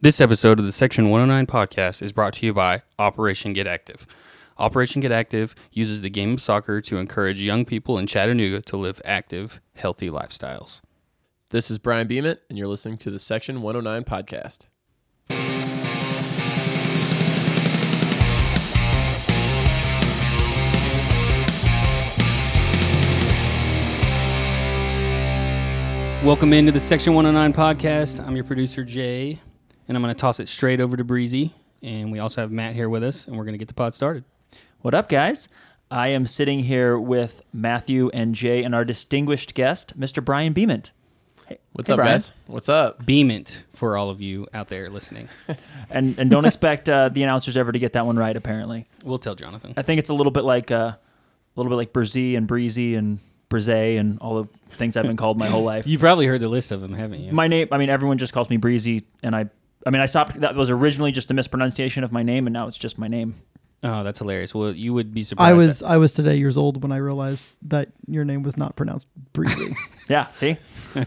This episode of the Section 109 podcast is brought to you by Operation Get Active. Operation Get Active uses the game of soccer to encourage young people in Chattanooga to live active, healthy lifestyles. This is Brian Beament, and you're listening to the Section 109 podcast. Welcome into the Section 109 podcast. I'm your producer, Jay, and I'm going to toss it straight over to Breezy. And we also have Matt here with us, and we're going to get the pod started. What up, guys? I am sitting here with Matthew and Jay and our distinguished guest, Mr. Brian Beament. What's Hey, up, Brian. guys? What's up? Beament for all of you out there listening. And and don't expect uh, the announcers ever to get that one right. Apparently, We'll tell Jonathan. I think it's a little bit like uh, a little bit like Brzee and Breezy and Brzee and all the things I've been called my whole life. You probably heard the list of them, haven't you? My name, I mean, everyone just calls me Breezy, and I, I mean, I stopped. That was originally just a mispronunciation of my name, and now it's just my name. Oh, that's hilarious. Well, you would be surprised. I was I was today years old when I realized that your name was not pronounced Breezy, Yeah, see, or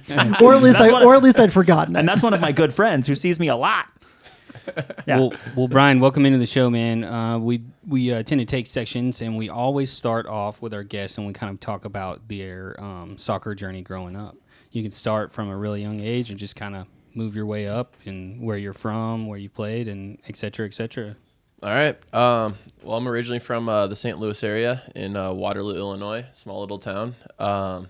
at least That's I what- or at least I'd forgotten. and it. that's one of my good friends who sees me a lot. Yeah. Well, well, Brian, welcome into the show, man. Uh, we we uh, tend to take sections, and we always start off with our guests, and we kind of talk about their um, soccer journey growing up. You can start from a really young age and just kind of move your way up, and where you're from, where you played, and et cetera, et cetera. All right. Um, well, I'm originally from uh, the St. Louis area in uh, Waterloo, Illinois, small little town. Um,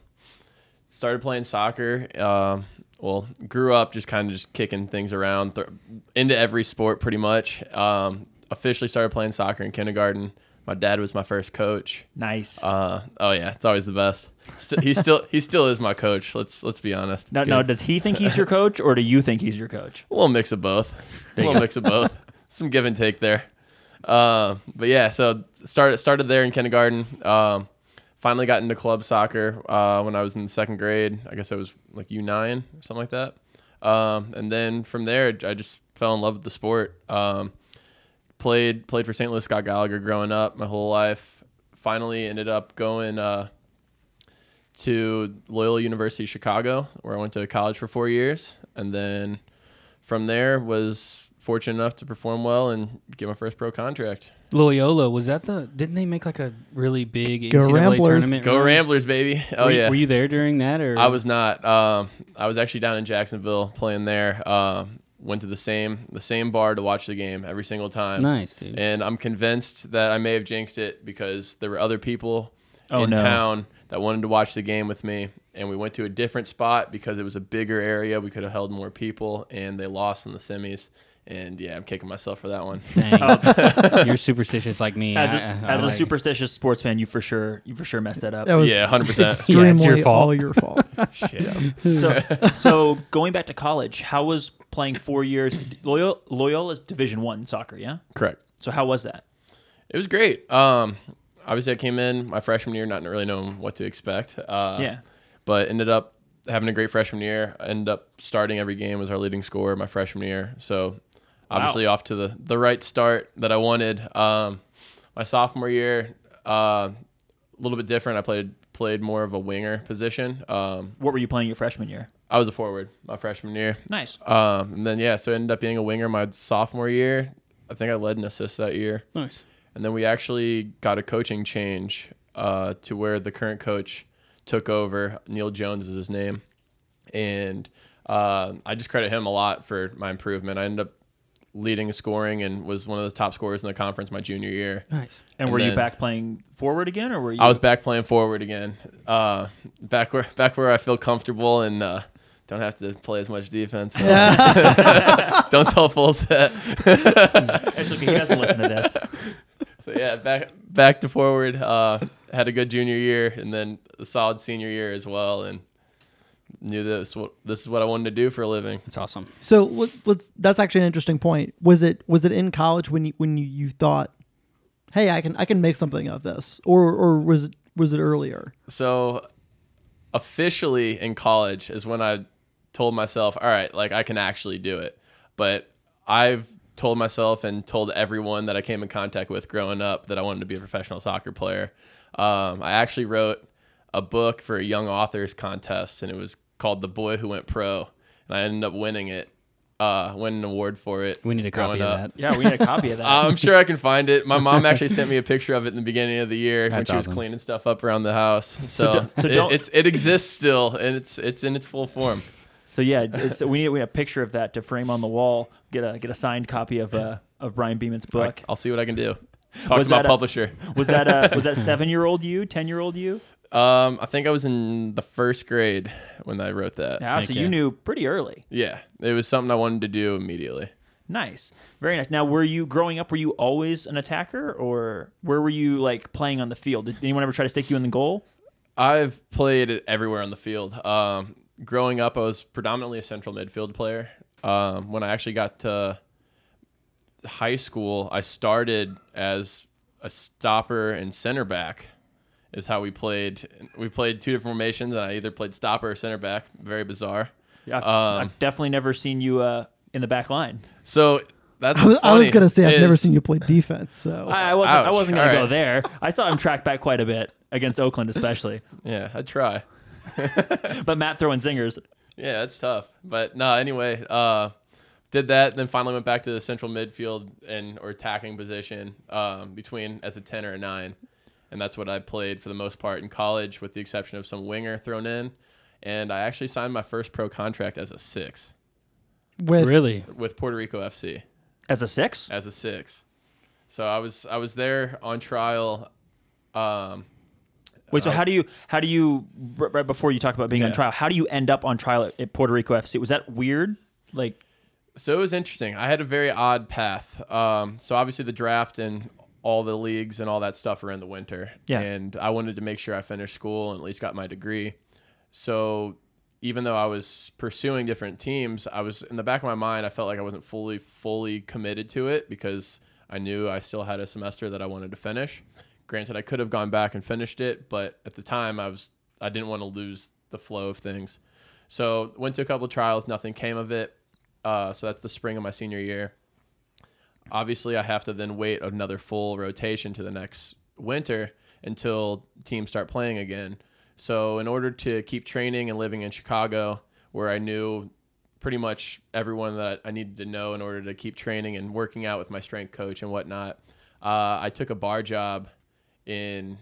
started playing soccer. Um, well, grew up just kind of just kicking things around, th- into every sport pretty much. Um, officially started playing soccer in kindergarten. My dad was my first coach. Nice. Uh, oh yeah, it's always the best. St- he still he still is my coach. Let's let's be honest. No, no. Does he think he's your coach, or do you think he's your coach? A little mix of both. A little mix of both. Some give and take there. Um, but yeah, so started started there in kindergarten. Um, finally got into club soccer uh, when I was in second grade. I guess I was like U nine or something like that. Um, and then from there, I just fell in love with the sport. Um, played played for St. Louis Scott Gallagher growing up my whole life. Finally ended up going uh, to Loyola University Chicago, where I went to college for four years, and then from there was fortunate enough to perform well and get my first pro contract. Loyola was that the? Didn't they make like a really big Go NCAA Ramblers. tournament? Go run? Ramblers, baby! Oh Were you- yeah, Were you there during that, or I was not. Um, I was actually down in Jacksonville playing there. Um, went to the same the same bar to watch the game every single time. nice, dude. And I'm convinced that I may have jinxed it because there were other people Oh, in no. town that wanted to watch the game with me. And we went to a different spot because it was a bigger area. We could have held more people, and they lost in the semis. And yeah, I'm kicking myself for that one. Oh. Dang. you're superstitious like me. As a, I- I- I as a like- superstitious sports fan, you for sure you for sure messed that up. that was yeah, 100%. extremely Yeah, it's your fault. all your fault. Shit. So, so going back to college, how was playing four years Loyola, Loyola's Division One soccer? Yeah. Correct. So how was that? It was great. Um, obviously, I came in my freshman year not really knowing what to expect. Uh, Yeah. But ended up having a great freshman year. I ended up starting every game as our leading scorer my freshman year. So obviously off to the, the right start that I wanted. Um, my sophomore year, uh, a little bit different. I played played more of a winger position. Um, What were you playing your freshman year? I was a forward my freshman year. Nice. Um, and then yeah, so I ended up being a winger my sophomore year. I think I led an assist that year. nice. And then we actually got a coaching change uh, to where the current coach took over. Neil Jones is his name. And uh, I just credit him a lot for my improvement. I ended up leading scoring and was one of the top scorers in the conference my junior year. Nice. And, And were then- you back playing forward again, or were you? I was back playing forward again, uh, back where back where I feel comfortable and uh, don't have to play as much defense. don't tell Foles that. It's okay. He doesn't listen to this. So yeah, back back to forward. Uh, had a good junior year and then a solid senior year as well, and knew this what this is what I wanted to do for a living. That's awesome. So let, let's. That's actually an interesting point. Was it was it in college when you when you, you thought, hey, I can I can make something of this, or or was it was it earlier? So officially in college is when I told myself, all right, like I can actually do it. But I've told myself and told everyone that I came in contact with growing up that I wanted to be a professional soccer player. Um, I actually wrote a book for a young authors contest, and it was called The Boy Who Went Pro, and I ended up winning it. uh, win an award for it. We need a copy growing of up. that. Yeah, we need a copy of that. I'm sure I can find it. My mom actually sent me a picture of it in the beginning of the year when That's she was awesome. cleaning stuff up around the house. So, don't- so it, don't- it's it exists still, and it's it's in its full form. so yeah, it's, we need we need a picture of that to frame on the wall. Get a get a signed copy of uh, of Brian Beeman's book. I'll see what I can do. Talk Was to my that a- publisher. Was that uh, was that seven year old you, ten year old you? Um, I think I was in the first grade when I wrote that. Yeah, so Okay. you knew pretty early. Yeah, it was something I wanted to do immediately. Nice, very nice. Now, were you growing up? Were you always an attacker, or where were you like playing on the field? Did anyone ever try to stick you in the goal? I've played it everywhere on the field. Um, growing up, I was predominantly a central midfield player. Um, when I actually got to high school, I started as a stopper and center back. Is how we played. We played two different formations, and I either played stopper or center back. Very bizarre. Yeah, I've, Um, I've definitely never seen you uh, in the back line. So that's. I was, I was funny gonna say I've never is- seen you play defense, so I, I wasn't. I Ouch, wasn't going to go alright. there. I saw him track back quite a bit against Oakland, especially. Yeah, I try. but Matt throwing zingers. Yeah, that's tough. But no, anyway, uh, did that, then finally went back to the central midfield and or attacking position um, between as a ten or a nine, and that's what I played for the most part in college, with the exception of some winger thrown in. And I actually signed my first pro contract as a six with Really? with Puerto Rico FC As a six? as a six. So I was I was there on trial. Um, Wait, so how do you how do you r- right before you talk about being on Yeah. trial? How do you end up on trial at, at Puerto Rico FC? Was that weird? Like, so it was interesting. I had a very odd path. Um, so obviously the draft and all the leagues and all that stuff are in the winter. Yeah. And I wanted to make sure I finished school and at least got my degree. So even though I was pursuing different teams, I was in the back of my mind, I felt like I wasn't fully, fully committed to it because I knew I still had a semester that I wanted to finish. Granted, I could have gone back and finished it, but at the time I was, I didn't want to lose the flow of things. So went to a couple trials, nothing came of it. Uh, so that's the spring of my senior year obviously I have to then wait another full rotation to the next winter until teams start playing again. So in order to keep training and living in Chicago, where I knew pretty much everyone that I needed to know in order to keep training and working out with my strength coach and whatnot, uh, I took a bar job in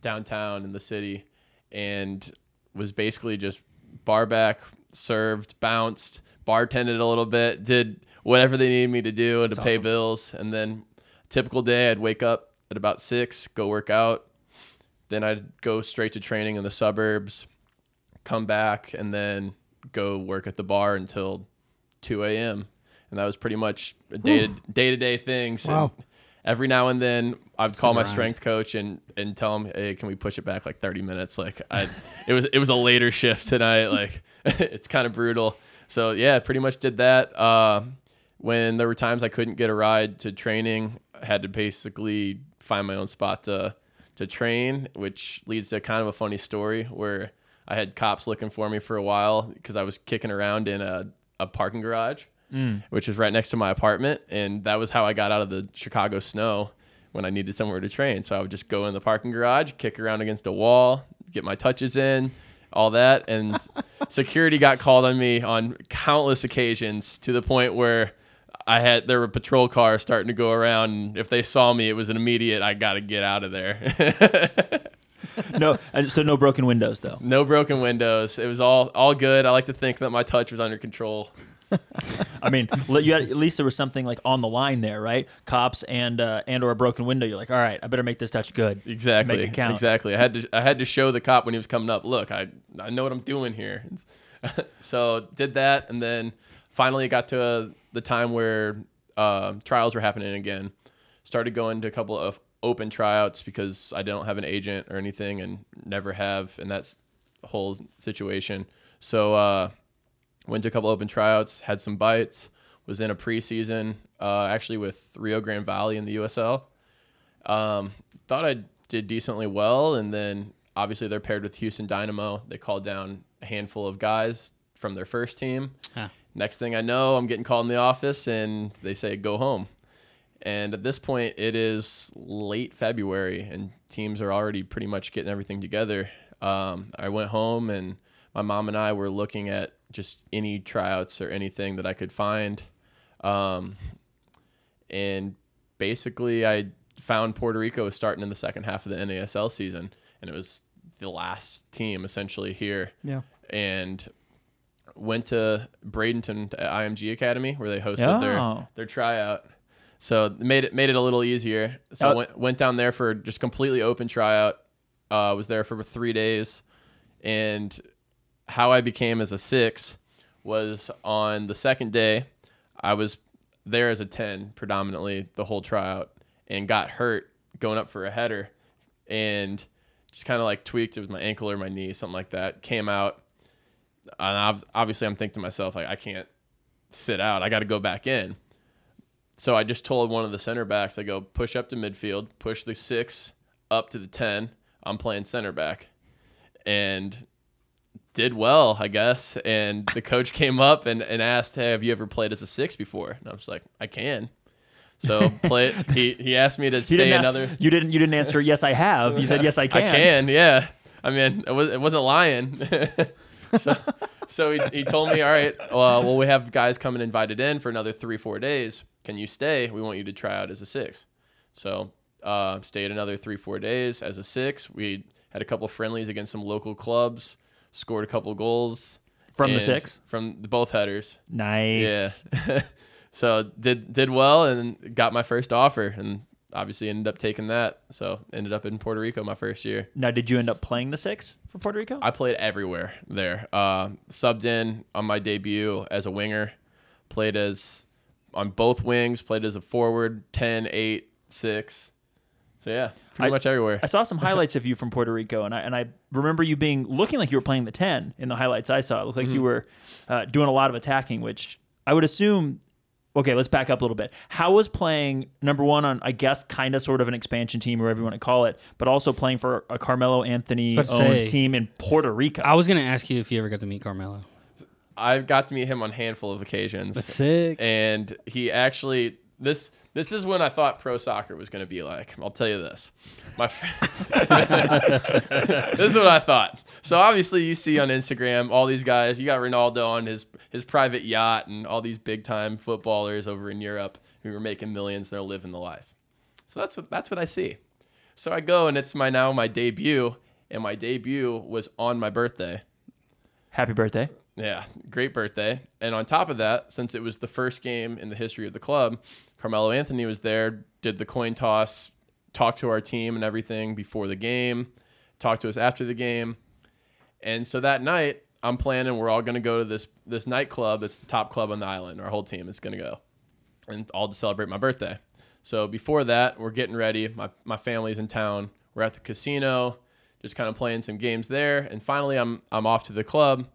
downtown in the city and was basically just bar back, served, bounced, bartended a little bit, did whatever they needed me to do and to pay bills. And then typical day, I'd wake up at about six, go work out. Then I'd go straight to training in the suburbs, come back, and then go work at the bar until 2 a.m. And that was pretty much day to day things. And Wow. every now and then I'd call my grind. strength coach and and tell him, "Hey, can we push it back like 30 minutes?" Like I, it was it was a later shift tonight. Like it's kind of brutal. So yeah, pretty much did that. Uh, when there were times I couldn't get a ride to training, I had to basically find my own spot to to train, which leads to kind of a funny story where I had cops looking for me for a while because I was kicking around in a, a parking garage which is right next to my apartment. And that was how I got out of the Chicago snow when I needed somewhere to train. So I would just go in the parking garage, kick around against a wall, get my touches in, all that. And security got called on me on countless occasions to the point where I had there were patrol cars starting to go around. And if they saw me, it was an immediate, I got to get out of there. no, and so no broken windows though. no broken windows. It was all, all good. I like to think that my touch was under control. I mean, le- you had, at least there was something like on the line there, right? Cops and uh, and or a broken window. You're like, all right, I better make this touch good. Exactly. Make it count. Exactly. I had to I had to show the cop when he was coming up. Look, I I know what I'm doing here. so did that, and then finally it got to uh, the time where uh, trials were happening again. Started going to a couple of open tryouts because I don't have an agent or anything, and never have in that s- whole situation. So uh, went to a couple open tryouts, had some bites. Was in a preseason, uh, actually with Rio Grande Valley in the USL. Um, thought I did decently well, and then obviously they're paired with Houston Dynamo. They called down a handful of guys from their first team. Huh. Next thing I know, I'm getting called in the office, and they say go home. And at this point, it is late February, and teams are already pretty much getting everything together. Um, I went home and my mom and I were looking at just any tryouts or anything that I could find. Um, and basically, I found Puerto Rico was starting in the second half of the NASL season, and it was the last team essentially here. Yeah. And went to Bradenton to IMG Academy where they hosted Oh. their their tryout. So it made it made it a little easier. So Oh. went went down there for just completely open tryout. Uh, was there for three days, and how I became as a six was on the second day. I was there as a ten predominantly the whole tryout and got hurt going up for a header and just kind of like tweaked it with my ankle or my knee something like that. Came out and ob- obviously I'm thinking to myself like I can't sit out. I got to go back in. So I just told one of the center backs, I go push up to midfield, push the six up to the ten. I'm playing center back, and did well, I guess. And the coach came up and, and asked, "Hey, have you ever played as a six before?" And I was like, "I can." So play. he he asked me to You stay didn't, ask- another. you didn't. You didn't answer. Yes, I have. You said yes, I can. I can, yeah. I mean, it, was, it wasn't lying. so so he, he told me, all right, uh, well, we have guys coming invited in for another three, four days. Can you stay? We want you to try out as a six. So uh, stayed another three, four days as a six. We had a couple friendlies against some local clubs, scored a couple goals. From the and- six? From the, both headers. Nice. Yeah. so did did well and got my first offer and obviously ended up taking that. So ended up in Puerto Rico my first year. Now, did you end up playing the six for Puerto Rico? I played everywhere there. Uh, subbed in on my debut as a winger, played as on both wings, played as a forward, 10, 8, 6. So yeah, pretty I- much everywhere. I saw some highlights of you from Puerto Rico, and I and I remember you being looking like you were playing the ten in the highlights I saw. It looked like you were uh, doing a lot of attacking, which I would assume. Okay, let's back up a little bit. How was playing number one on I guess kind of sort of an expansion team, or whatever you want to call it, but also playing for a Carmelo Anthony owned Let's say- team in Puerto Rico? I was gonna ask you if you ever got to meet Carmelo. I, have got to meet him on a handful of occasions. That's sick. And he actually this this is when I thought pro soccer was going to be like. I'll tell you this. My fr- This is what I thought. So obviously you see on Instagram all these guys, you got Ronaldo on his his private yacht and all these big time footballers over in Europe who are making millions, they're living the life. So that's what that's what I see. So I go and it's my now my debut and my debut was on my birthday. Happy birthday! Yeah, great birthday. And on top of that, since it was the first game in the history of the club, Carmelo Anthony was there, did the coin toss, talked to our team and everything before the game, talked to us after the game. And so that night, I'm planning we're all going to go to this this nightclub. It's the top club on the island. Our whole team is going to go. And all to celebrate my birthday. So before that, we're getting ready. My my family's in town. We're at the casino, just kind of playing some games there. And finally, I'm I'm off to the club.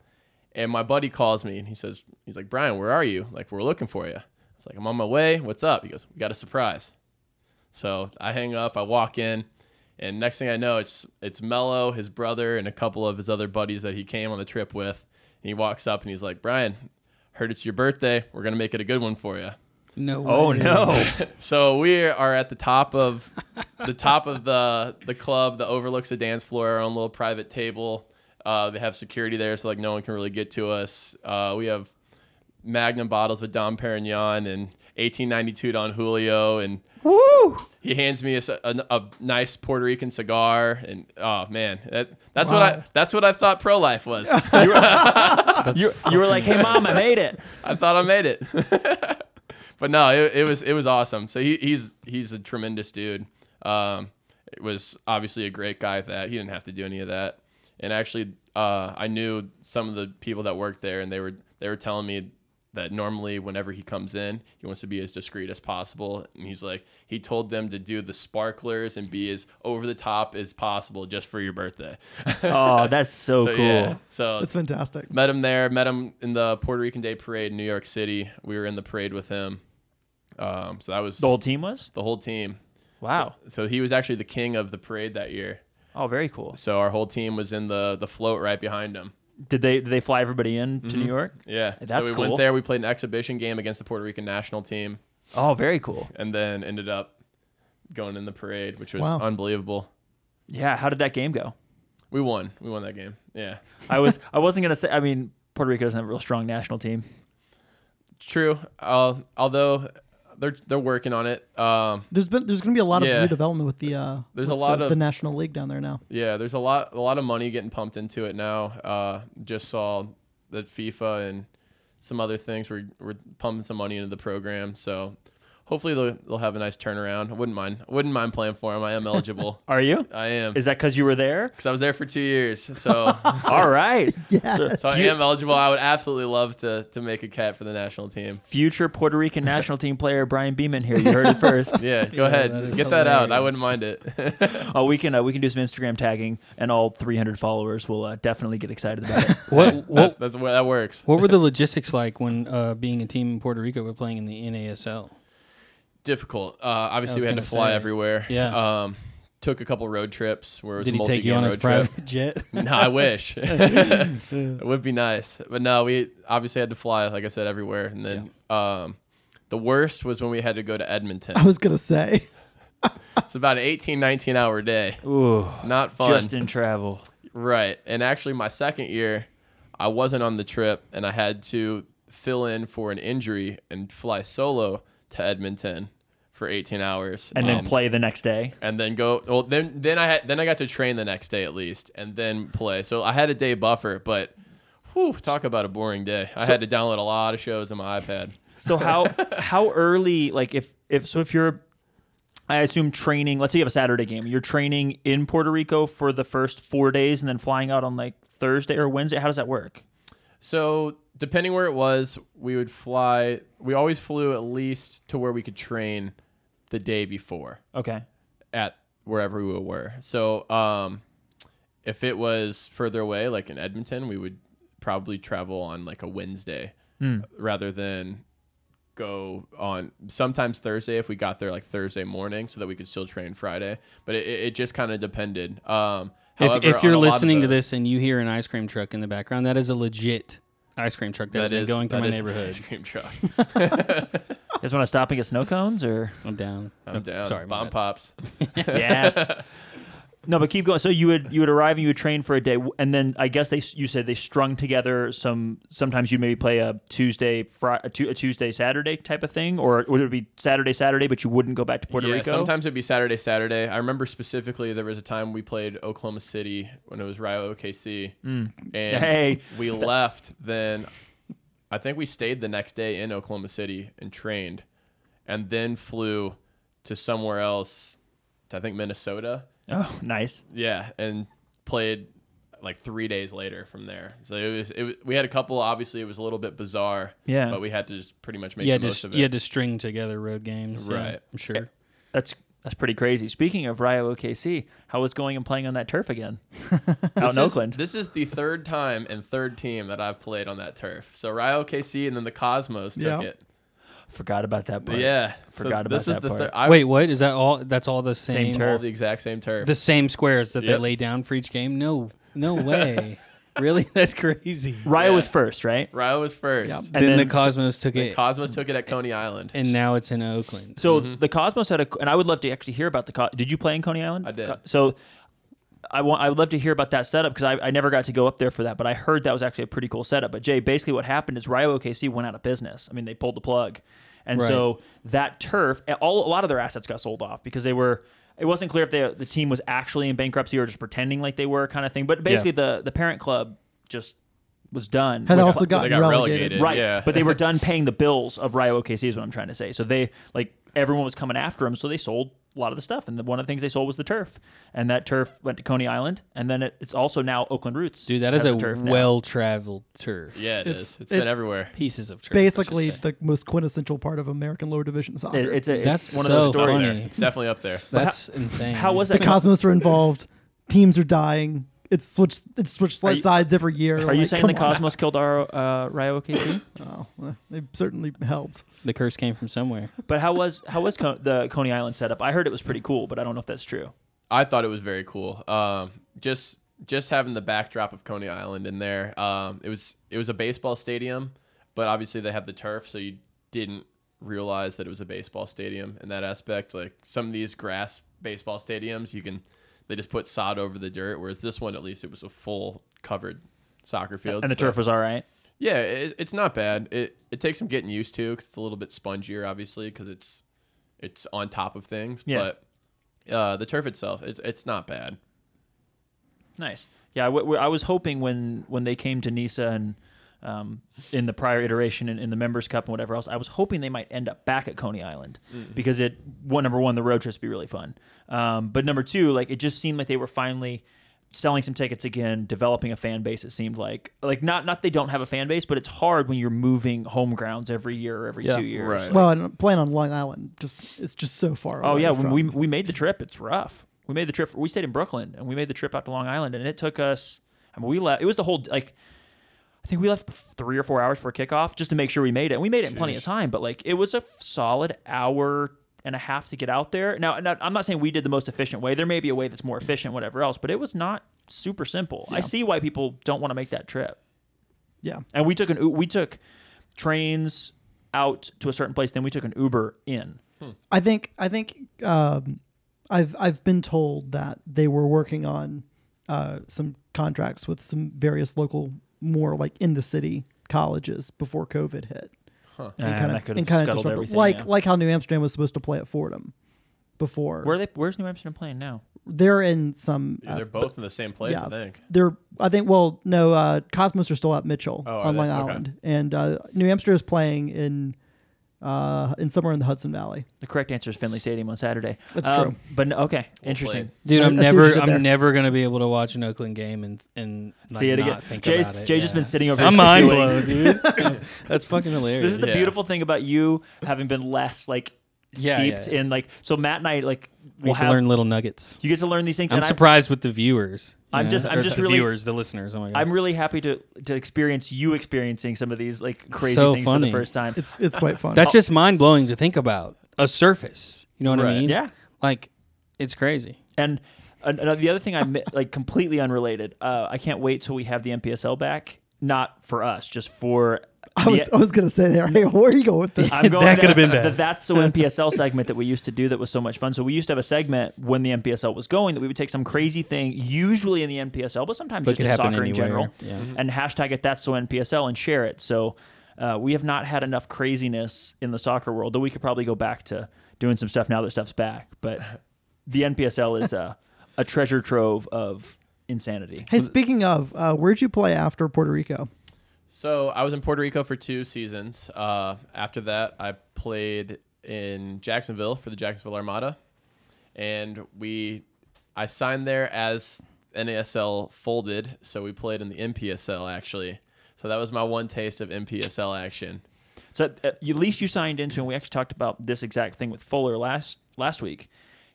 And my buddy calls me and he says, he's like, Brian, where are you? Like, we're looking for you. I was like, I'm on my way. What's up? He goes, we got a surprise. So I hang up, I walk in, and next thing I know, it's it's Mello, his brother, and a couple of his other buddies that he came on the trip with. And he walks up and he's like, Brian, heard it's your birthday. We're gonna make it a good one for you. No. Oh way. no! So we are at the top of the top of the the club that overlooks the dance floor. Our own little private table. Uh, they have security there, so like no one can really get to us. Uh, we have Magnum bottles with Dom Perignon and 1892 Don Julio, and Woo! he hands me a, c- a- a nice Puerto Rican cigar. And oh man, that, that's what I that's what I thought pro life was. You, you were like, "Hey mom, I made it." I thought I made it. but no, it, it was it was awesome. So he, he's he's a tremendous dude. Um, it was obviously a great guy at that. He didn't have to do any of that. And actually, uh, I knew some of the people that worked there, and they were they were telling me that normally whenever he comes in, he wants to be as discreet as possible. And he's like, he told them to do the sparklers and be as over the top as possible just for your birthday. Oh, that's so, so cool. yeah, so That's fantastic. Met him there. Met him in the Puerto Rican Day Parade in New York City. We were in the parade with him. Um, so that was The whole team was. the whole team. Wow. So he was actually the king of the parade that year. Oh, very cool. So our whole team was in the the float right behind him. Did they did they fly everybody in to New York? Yeah, That's so we cool. went there. We played an exhibition game against the Puerto Rican national team, Oh, very cool. and then ended up going in the parade, which was Wow. unbelievable. Yeah, how did that game go? We won. We won that game. Yeah. I was I wasn't gonna say. I mean, Puerto Rico doesn't have a real strong national team. True. Uh, although they're they're working on it. Um, There's been there's going to be a lot of Yeah. new development with the uh, There's with a lot the, of- the national league down there now. yeah, there's a lot a lot of money getting pumped into it now. Uh, just saw that FIFA and some other things were were pumping some money into the program. So hopefully they'll they'll have a nice turnaround. I wouldn't mind. I wouldn't mind playing for them. I am eligible. Are you? I am. Is that because you were there? Because I was there for two years, so All right. Yes. So, so I am eligible. I would absolutely love to to make a cat for the national team. future Puerto Rican national team player Brian Beeman here. You heard it first. Yeah, go Yeah, ahead, that is get that out. I hilarious. wouldn't mind it. Oh, we can uh, we can do some Instagram tagging, and all 300 followers will uh, definitely get excited about it. What that, what that's where that works. what were the logistics like when uh, being a team in Puerto Rico but playing in the NASL? difficult. Uh, I obviously, was we had to gonna fly say. everywhere. Yeah. Um, took a couple road trips. Where it was Did a he take you multi-game on his road trip. private jet? no, I wish. it would be nice, but no, we obviously had to fly, like I said, everywhere. And then um, the worst was when we had to go to Edmonton. I was going to say. it's about an 18, 19 hour day. Ooh, Not fun. just in travel. Right. And actually, my second year, I wasn't on the trip and I had to fill in for an injury and fly solo to Edmonton for 18 hours. And then Um, play the next day. And then go. Well, then then I had then I got to train the next day at least, and then play. So I had a day buffer, but whew, talk about a boring day. I had to download a lot of shows on my iPad. So how how early like if if so if you're I assume training. Let's say you have a Saturday game. You're training in Puerto Rico for the first four days, and then flying out on like Thursday or Wednesday. How does that work? So depending where it was, we would fly. We always flew at least to where we could train the day before. Okay. at wherever we were. So um, if it was further away, like in Edmonton, we would probably travel on like a Wednesday Hmm. rather than go on sometimes Thursday if we got there like Thursday morning so that we could still train Friday. But it, it it just kind of depended. Um, however, if, if you're on a lot of listening to the- this and you hear an ice cream truck in the background, that is a legit ice cream truck that, that is going through my that is an neighborhood. Ice cream truck. You guys want to stop and get snow cones or? I'm down. I'm Sorry, down. Sorry, my bomb bad. pops. yes. No, but keep going. So you would you would arrive and you would train for a day, and then I guess they you said they strung together some. Sometimes you'd maybe play a Tuesday, Friday, a, Tu- a Tuesday Saturday type of thing, or would it be Saturday Saturday, but you wouldn't go back to Puerto yeah, Rico? sometimes it'd be Saturday, Saturday. I remember specifically there was a time we played Oklahoma City when it was Rio OKC, and Mm. Hey. we left. Then I think we stayed the next day in Oklahoma City and trained, and then flew to somewhere else. To, I think Minnesota. Oh, nice. Yeah, and played like three days later from there. So it was, it was we had a couple. Obviously, it was a little bit bizarre. Yeah. but we had to just pretty much make You the had, to, most s- of it. you had to string together road games. yeah, Right. I'm sure. That's that's pretty crazy. Speaking of Rio OKC, how was going and playing on that turf again out in This is- Oakland? This is the third time and third team that I've played on that turf. So Rio KC and then the Cosmos took Yeah. it. Forgot about that part. yeah, so Forgot about this is that the part. thir- I Wait, what? Is that all? That's all the same, Same all turf. the exact same turf. The same squares that Yep. they lay down for each game? No, no way. really? That's crazy. Rio was first, right? Rio was first. Yep. then, then- the Cosmos took it, Cosmos took it at Coney Island. and now it's in Oakland. So Mm-hmm. the Cosmos had a, and I would love to actually hear about the. Co- Did you play in Coney Island? I did. Co- So I want, I would love to hear about that setup because I, I never got to go up there for that, but I heard that was actually a pretty cool setup. But Jay, basically what happened is Rio OKC went out of business. I mean, they pulled the plug, and so that turf, all a lot of their assets got sold off because they were. It wasn't clear if they, the team was actually in bankruptcy or just pretending like they were, kind of thing. But basically, the the parent club just was done. Had with- also gotten got relegated. relegated. Right. Yeah. But they were done paying the bills of Rio OKC is what I'm trying to say. So they like everyone was coming after them, so they sold a lot of the stuff. And the, one of the things they sold was the turf, and that turf went to Coney Island, and then it, it's also now Oakland Roots. Dude, that is has a the turf now. well-traveled turf. yeah, it It's- is. it's been it's- everywhere. Pieces of turf. I should Basically, say. the most quintessential part of American lower division soccer. It- it's a, it's That's one so of those stories. funny. It's definitely up there. that's insane. How was the that? Cosmos are involved. Teams are dying. It's switched. It's switched Are you- sides every year. Are you saying the Cosmos killed our uh, Rio OKC? Oh, well, they certainly helped. the curse came from somewhere? but how was how was Co- the Coney Island setup? I heard it was pretty cool, but I don't know if that's true. I thought it was very cool. Um, just just having the backdrop of Coney Island in there. Um, it was it was a baseball stadium, but obviously they had the turf, so you didn't realize that it was a baseball stadium in that aspect. Like some of these grass baseball stadiums, you can they just put sod over the dirt. Whereas this one, at least, it was a full covered soccer field. and the uh, so- turf was all right. yeah, it, it's not bad. It it takes some getting used to because it's a little bit spongier, obviously, because it's it's on top of things. Yeah. But uh, the turf itself, it's it's not bad. Nice. Yeah, I w- w- I was hoping when when they came to Nisa and um, in the prior iteration in, in the Members Cup and whatever else, I was hoping they might end up back at Coney Island because it one number one the road trips be really fun, um, but number two like it just seemed like they were finally selling some tickets again, developing a fan base. It seemed like like not not they don't have a fan base, but it's hard when you're moving home grounds every year or every Yeah, two years. right. Well, and playing on Long Island, just it's just so far. Oh away yeah, when from- we we made the trip, it's rough. We made the trip. We stayed in Brooklyn, and we made the trip out to Long Island, and it took us. I mean, we left. It was the whole like. I think we left three or four hours for kickoff just to make sure we made it. And we made it in plenty of time, but like it was a f- solid hour and a half to get out there. Now, now, I'm not saying we did the most efficient way. There may be a way that's more efficient, whatever else, but it was not super simple. I see why people don't want to make that trip yeah, and we took an U- we took trains out to a certain place then we took an uber in I think I think um, I've I've been told that they were working on uh, some contracts with some various local, more like in the city colleges before COVID hit. Ah, kinda- that could have and kinda scuttled disrupted- everything Like yeah. like how New Amsterdam was supposed to play at Fordham before. Where are they? Where's New Amsterdam playing now? they're in some. Yeah, uh, they're both in the same place, yeah. I think. They're I think well no uh, Cosmos are still at Mitchell Oh, are on they? Long Okay. Island and uh, New Amsterdam is playing in uh, in somewhere in the Hudson Valley. The correct answer is Finley Stadium on Saturday. Um, That's true. But no, okay, interesting. Dude, I- I I'm see what you never, did there. I'm never gonna be able to watch an Oakland game and and like, See it not again. Think Jay's, about it. Jay's just yeah. been sitting over. I'm here mind speculating. blown, dude. That's fucking hilarious. This is the Yeah. beautiful thing about you having been less like Yeah, yeah, steeped yeah. in like. So Matt and I like we will have to have learn little nuggets. you get to learn these things. I'm and I- surprised with the viewers. you I'm know, just- I'm or just the really- viewers, the listeners. Oh my god, I'm really happy to to experience you experiencing some of these like crazy so things for the funny. first time. It's it's quite fun. That's just mind blowing to think about. A surface. You know what Right. I mean? Yeah. Like, it's crazy. And an- another, the other thing I mi- like completely unrelated. Uh, I can't wait till we have the MPSL back. Not for us, just for. I was, I was gonna say there. Hey, where are you going with this? I'm going That could've been the- bad. That's the NPSL segment that we used to do that was so much fun. So we used to have a segment when the NPSL was going that we would take some crazy thing, usually in the NPSL, but sometimes just could in happen soccer in anywhere, general, yeah. and hashtag it that's so NPSL and share it. So uh, we have not had enough craziness in the soccer world, though we could probably go back to doing some stuff now that stuff's back. But the NPSL is a, a treasure trove of insanity. Hey, speaking of, uh, where'd you play after Puerto Rico? So I was in Puerto Rico for two seasons. Uh, after that, I played in Jacksonville for the Jacksonville Armada, and we I signed there as NASL folded, so we played in the MPSL actually. So that was my one taste of MPSL action. So uh, at least you signed into, and we actually talked about this exact thing with Fuller last last week.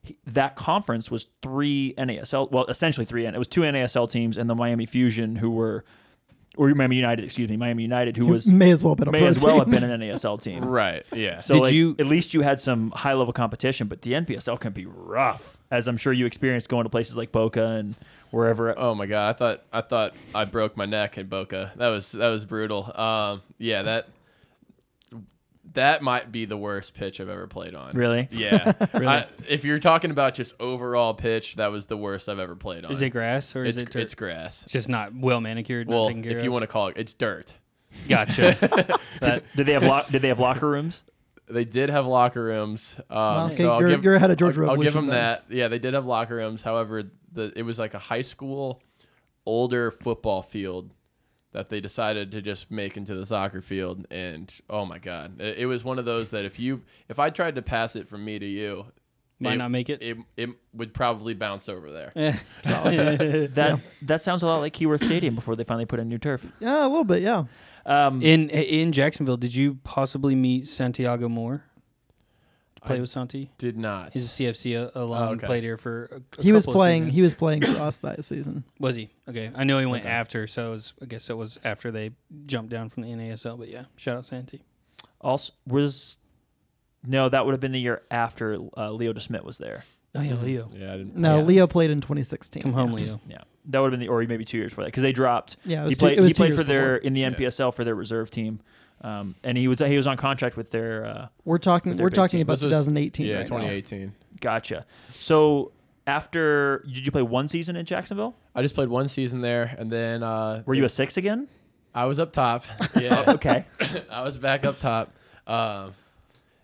He, that conference was three NASL, well, essentially three. N- It was two NASL teams and the Miami Fusion, who were, or Miami United, excuse me, Miami United, who was May as well have been a may pro as well team. have been an NASL team. Right. Yeah. So Did like, you- at least you had some high level competition, but the NPSL can be rough, as I'm sure you experienced going to places like Boca and wherever. Oh my god, I thought I thought I broke my neck in Boca. That was that was brutal. Um, yeah, that that might be the worst pitch I've ever played on. Really? Yeah. I, if you're talking about just overall pitch, that was the worst I've ever played on. Is it grass or It's, is it dirt? it's grass. It's just not well manicured. not Well, taken care if you of? want to call it, it's dirt. gotcha. That- did they have lo- did they have locker rooms? They did have locker rooms. Um, okay, so I'll you're- give, you're ahead of Georgia I'll, I'll give Revolution them then. that. Yeah, they did have locker rooms. However, the it was like a high school, older football field that they decided to just make into the soccer field. And oh my god, it, it was one of those that if you if I tried to pass it from me to you, Might not make it. It it would probably bounce over there. Eh. That that sounds a lot like Keyworth Stadium before they finally put in new turf. yeah, a little bit. Yeah, Um, in in Jacksonville, did you possibly meet Santiago Moore? To play with Santi? Did not. He's a CFC a- alum. Oh, okay. Played here for. A, a he was couple of playing. seasons. He was playing for us that season. Was he? Okay. I know he went after, so it was, I guess it was after they jumped down from the NASL, but yeah. Shout out Santi. also was no that would have been the year after uh, leo desmit was there Oh Mm-hmm. yeah, Leo. Yeah, I didn't. No, Yeah. Leo played in Come 2016. home, Leo. yeah that would have been the or maybe two years before that because they dropped Yeah, it was he two- played it was he two played years for their in the Yeah. npsl for their reserve team um, and he was he was on contract with their uh, We're talking. their We're big talking team. about This was- 2018. Yeah, right now. 2018. gotcha so after did you play one season in Jacksonville? I just played one season there, and then uh, Were you a six again? I was up top. Yeah, Okay. I was back up top. Um,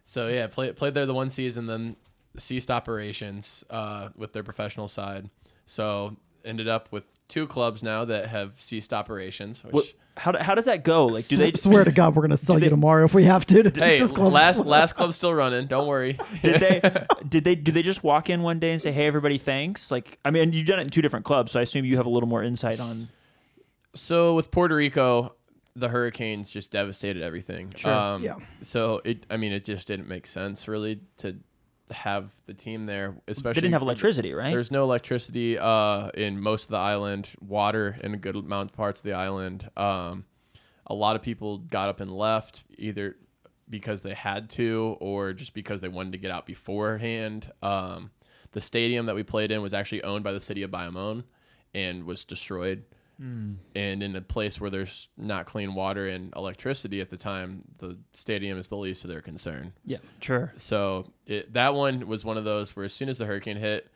so yeah, played played there the one season, then ceased operations uh, with their professional side. So ended up with two clubs now that have ceased operations. Which What, how, do- how does that go? Like, do they Sw- swear to God, we're gonna sell they- you tomorrow if we have to. to take hey, this club. last last club's still running. Don't worry. did they did they do they just walk in one day and say, "Hey, everybody, thanks"? Like, I mean, you've done it in two different clubs, so I assume you have a little more insight on. So with Puerto Rico, the hurricanes just devastated everything. Um, Sure. Yeah. So it, I mean, it just didn't make sense really to have the team there, especially They didn't have electricity, right? There's no electricity uh, in most of the island. Water in a good amount of parts of the island. Um, a lot of people got up and left either because they had to or just because they wanted to get out beforehand. Um, the stadium that we played in was actually owned by the city of Bayamon and was destroyed. And in a place where there's not clean water and electricity at the time, the stadium is the least of their concern. Yeah. Sure. So it, that one was one of those where as soon as the hurricane hit,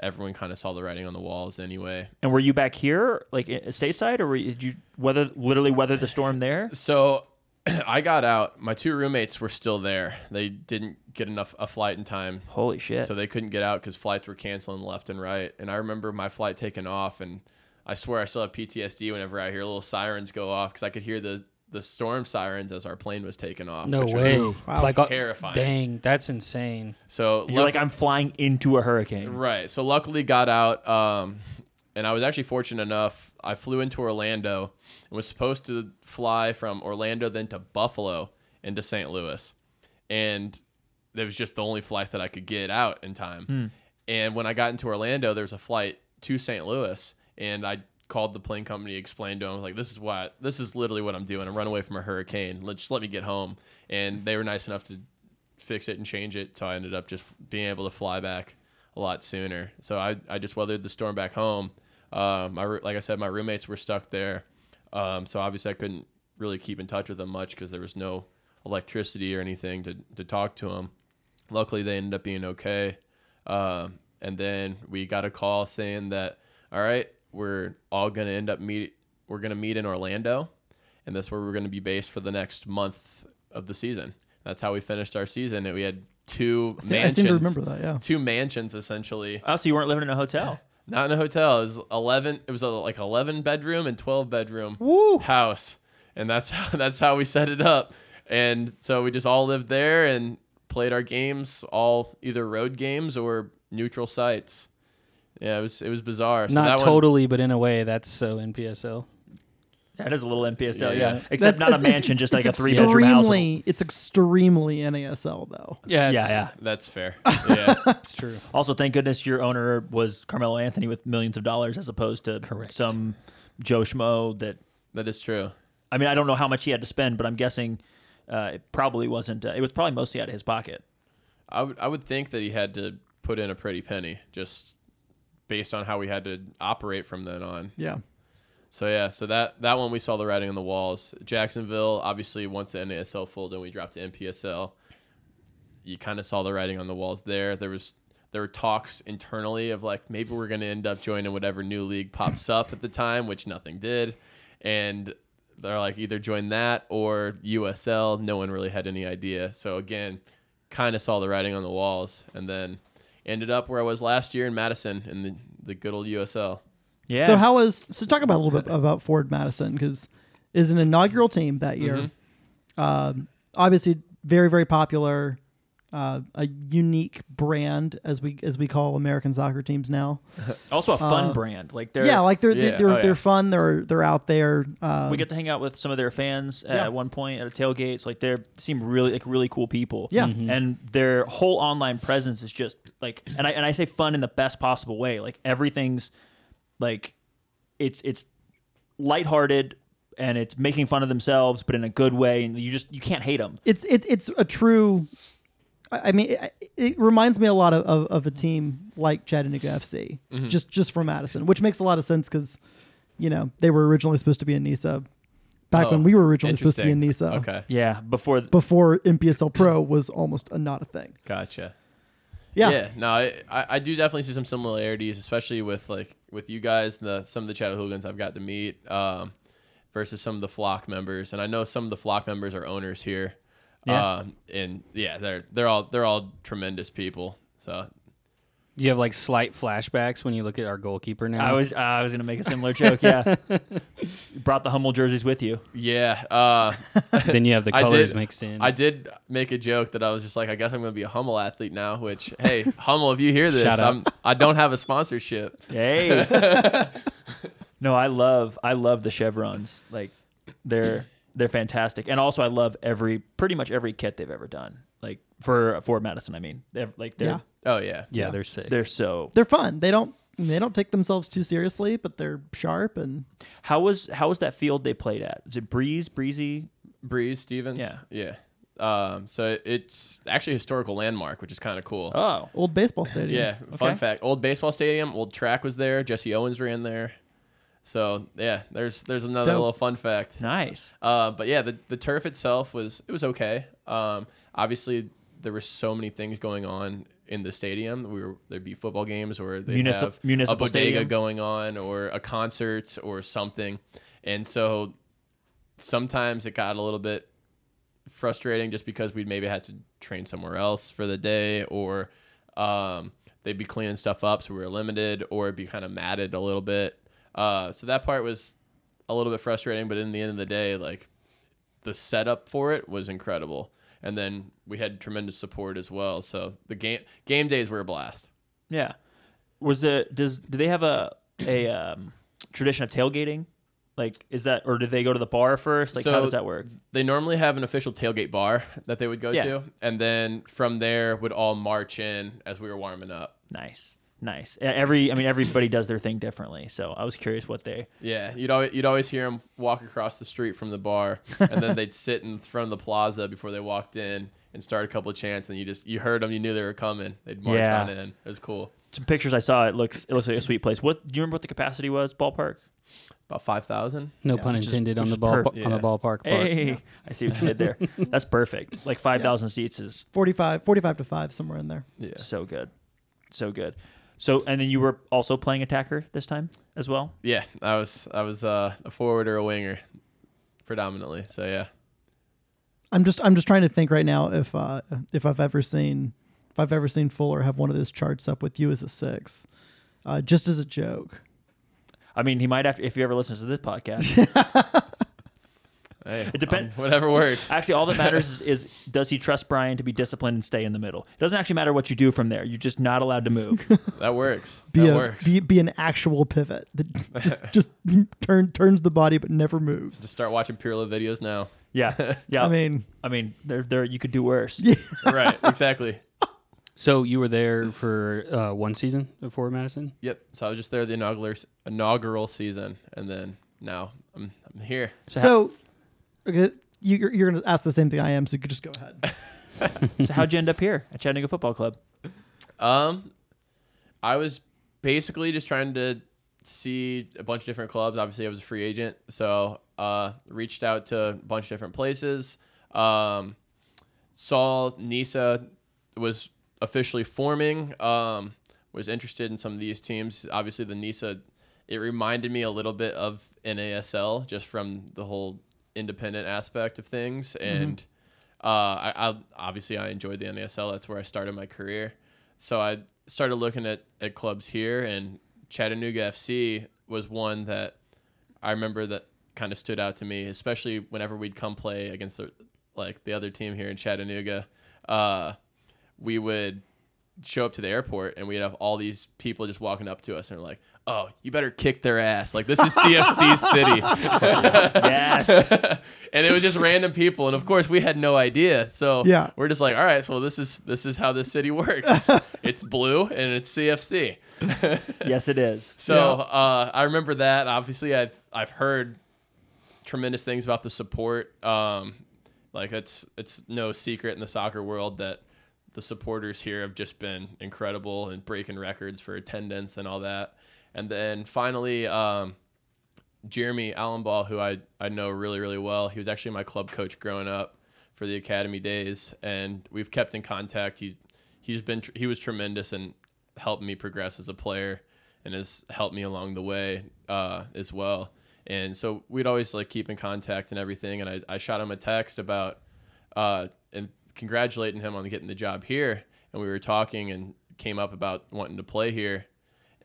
everyone kind of saw the writing on the walls anyway. And were you back here, like i- stateside, or were you, did you weather literally weather the storm there? So I got out. My two roommates were still there. They didn't get enough a flight in time. Holy shit! So they couldn't get out because flights were canceling left and right. And I remember my flight taking off, and I swear I still have PTSD whenever I hear little sirens go off because I could hear the the storm sirens as our plane was taking off. No which was- way. Wow. Like uh, Terrifying. Dang, that's insane. So You're like, luckily- I'm flying into a hurricane. Right. So luckily got out. Um, and I was actually fortunate enough. I flew into Orlando and was supposed to fly from Orlando then to Buffalo and to St. Louis. And that was just the only flight that I could get out in time. And when I got into Orlando, there was a flight to St. Louis. And I called the plane company, explained to them, like, this is why, this is literally what I'm doing. I'm running away from a hurricane. Let, just let me get home. And they were nice enough to fix it and change it. So I ended up just being able to fly back a lot sooner. So I, I just weathered the storm back home. Uh, my roo- like I said, my roommates were stuck there, um, so obviously I couldn't really keep in touch with them much because there was no electricity or anything to to talk to them. Luckily, they ended up being okay. Um, and then we got a call saying that all right, we're all gonna end up meet. We're gonna meet in Orlando, and that's where we're gonna be based for the next month of the season. That's how we finished our season. And we had two See, I mansions seem to remember that. Yeah. two mansions essentially. Oh, so you weren't living in a hotel. Not in a hotel. It was eleven. It was a, like eleven bedroom and twelve bedroom Woo. house, and that's how that's how we set it up. And so we just all lived there and played our games, all either road games or neutral sites. Yeah, it was it was bizarre. So Not that one- totally, but in a way, that's so NPSL. That is a little Yeah. NPSL, yeah. Except That's- not a it's- mansion, it's- just like a it's three bedroom house. with- extremely- It's extremely NASL though. Yeah, Yeah, yeah. that's fair. Yeah. That's true. Also, thank goodness your owner was Carmelo Anthony with millions of dollars as opposed to Correct. some Joe Schmo that that is true. I mean, I don't know how much he had to spend, but I'm guessing uh, it probably wasn't. Uh, it was probably mostly out of his pocket. I would I would think that he had to put in a pretty penny just based on how we had to operate from then on. Yeah. So yeah, so that that one we saw the writing on the walls. Jacksonville, obviously, once the NASL folded and we dropped to NPSL, you kind of saw the writing on the walls there. There was there were talks internally of like maybe we're going to end up joining whatever new league pops up at the time, which nothing did, and they're like either join that or USL. No one really had any idea. So again, kind of saw the writing on the walls, and then ended up where I was last year in Madison in the the good old USL. Yeah. So how was so talk about a little bit about Ford Madison because is an inaugural team that year. Mm-hmm. Um, obviously, very very popular, uh, a unique brand as we as we call American soccer teams now. also a fun brand. Like they're uh, yeah, like they're Yeah, they're oh, yeah. they're fun. They're they're out there. Um, we get to hang out with some of their fans uh, Yeah. at one point at a tailgate. So, like they seem really like really cool people. Yeah. Mhm. and their whole online presence is just like, and I and I say fun in the best possible way. Like everything's like it's it's lighthearted and it's making fun of themselves, but in a good way. And you just you can't hate them. it's it, it's a true. I I mean, it, it reminds me a lot of, of, of a team like Chattanooga FC, Mm-hmm. just just from Madison, which makes a lot of sense because, you know, they were originally supposed to be in NISA, back when Oh, we were originally supposed to be in interesting. NISA. Okay. Yeah, before before MPSL Pro was almost a not a thing. Gotcha. Yeah. Yeah. No, I, I I do definitely see some similarities, especially with like with you guys, the some of the Chattahooligans I've got to meet, um, versus some of the flock members, and I know some of the flock members are owners here. Yeah. Um, and yeah, they're they're all they're all tremendous people. So Do you have like slight flashbacks when you look at our goalkeeper now? I was uh, I was gonna make a similar joke. Yeah, You brought the Hummel jerseys with you. yeah, uh, then you have the I colors did- mixed in. I did make a joke that I was just like, I guess I'm going to be a Hummel athlete now. Which, hey, Hummel, if you hear this, Shout out. I'm, I don't have a sponsorship. Hey. no, I love I love the chevrons. Like they're they're fantastic. And also I love every pretty much every kit they've ever done. Like for for Madison, I mean. They're like they're Yeah. Oh yeah, yeah, they're sick. they're so They're fun. They don't they don't take themselves too seriously, but they're sharp and how was how was that field they played at? Is it breeze, breezy? Breeze Stevens. Yeah. yeah. Um, so it's actually a historical landmark, which is kind of cool. Oh. old baseball stadium. yeah, fun okay. fact: old baseball stadium, old track was there. Jesse Owens ran there. So yeah, there's there's another Dope. little fun fact. Nice. Uh, but yeah, the, the turf itself was it was okay. Um, obviously, there were so many things going on in the stadium. We were there'd be football games or they Municip- have municipal a bodega stadium. going on or a concert or something, and so sometimes it got a little bit frustrating just because we'd maybe had to train somewhere else for the day or um, they'd be cleaning stuff up so we were limited or it'd be kind of matted a little bit uh, so that part was a little bit frustrating but in the end of the day like the setup for it was incredible and then we had tremendous support as well so the game game days were a blast Yeah. Was the does do they have a a um, tradition of tailgating? Like is that or do they go to the bar first? Like how So- does that work? they normally have an official tailgate bar that they would go Yeah. to and then from there would all march in as we were warming up Nice, nice. E- Every, I mean, everybody does their thing differently. So I was curious what they. Yeah, you'd always you'd always hear them walk across the street from the bar, and then they'd sit in front of the plaza before they walked in and start a couple of chants, and you just you heard them, you knew they were coming. They'd march Yeah. on in. It was cool. Some pictures I saw. It looks, it looks like a sweet place. What do you remember? What the capacity was? Ballpark. About five thousand. no Yeah, pun which is- intended on which the is ball perfect. on the Yeah. ballpark. Park. Hey, I see what you did there. That's perfect. Like five thousand seats is 45, 45 to 5 somewhere in there. Yeah, so good, so good. So and then you were also playing attacker this time as well. yeah. I was I was uh, a forward or a winger, predominantly. So yeah, I'm just I'm just trying to think right now if uh if I've ever seen if I've ever seen Fuller have one of those charts up with you as a 6. Uh, just as a joke. I mean, he might have to, if he ever listens to this podcast. hey, It depend- um, whatever works. actually, all that matters is, is does he trust Brian to be disciplined and stay in the middle? It doesn't actually matter what you do from there. You're just not allowed to move. that works. Be that a, works. Be, be an actual pivot that just just turn turns the body but never moves. Just start watching Pirlo videos now. yeah, yeah. I mean, I mean, there, there, you could do worse. right. Exactly. So you were there for uh, one season before Madison. Yep. So I was just there the inaugural inaugural season, and then now I'm I'm here. so, okay, you, you're, you're going to ask the same thing I am, so you could just go ahead. So how'd you end up here at Chattanooga Football Club? Um, I was basically just trying to see a bunch of different clubs. Obviously, I was a free agent, so uh, reached out to a bunch of different places. Um, saw Nisa was officially forming. Um, was interested in some of these teams. Obviously, the Nisa, it reminded me a little bit of NASL just from the whole independent aspect of things. And uh, I, I obviously I enjoyed the NASL. That's where I started my career. So I started looking at at clubs here, and Chattanooga FC was one that I remember that kind of stood out to me, especially whenever we'd come play against the, like the other team here in Chattanooga. Uh, we would show up to the airport and we'd have all these people just walking up to us and they're like, "Oh, you better kick their ass! Like this is CFC City," Yes. and it was just random people, and of course we had no idea. So Yeah. we're just like, "All right, so this is this is how this city works. It's, it's blue and it's CFC." yes, it is. So uh, I remember that. Obviously, I've I've heard tremendous things about the support. Um, like it's it's no secret in the soccer world that the supporters here have just been incredible and breaking records for attendance and all that. And then finally, um, Jeremy Allenball, who I, I know really, really well. He was actually my club coach growing up for the academy days, and we've kept in contact. He he's been tr- he was tremendous and helped me progress as a player and has helped me along the way uh, as well. And so we'd always like keep in contact and everything. And I, I shot him a text about uh, and congratulating him on getting the job here. And we were talking and came up about wanting to play here.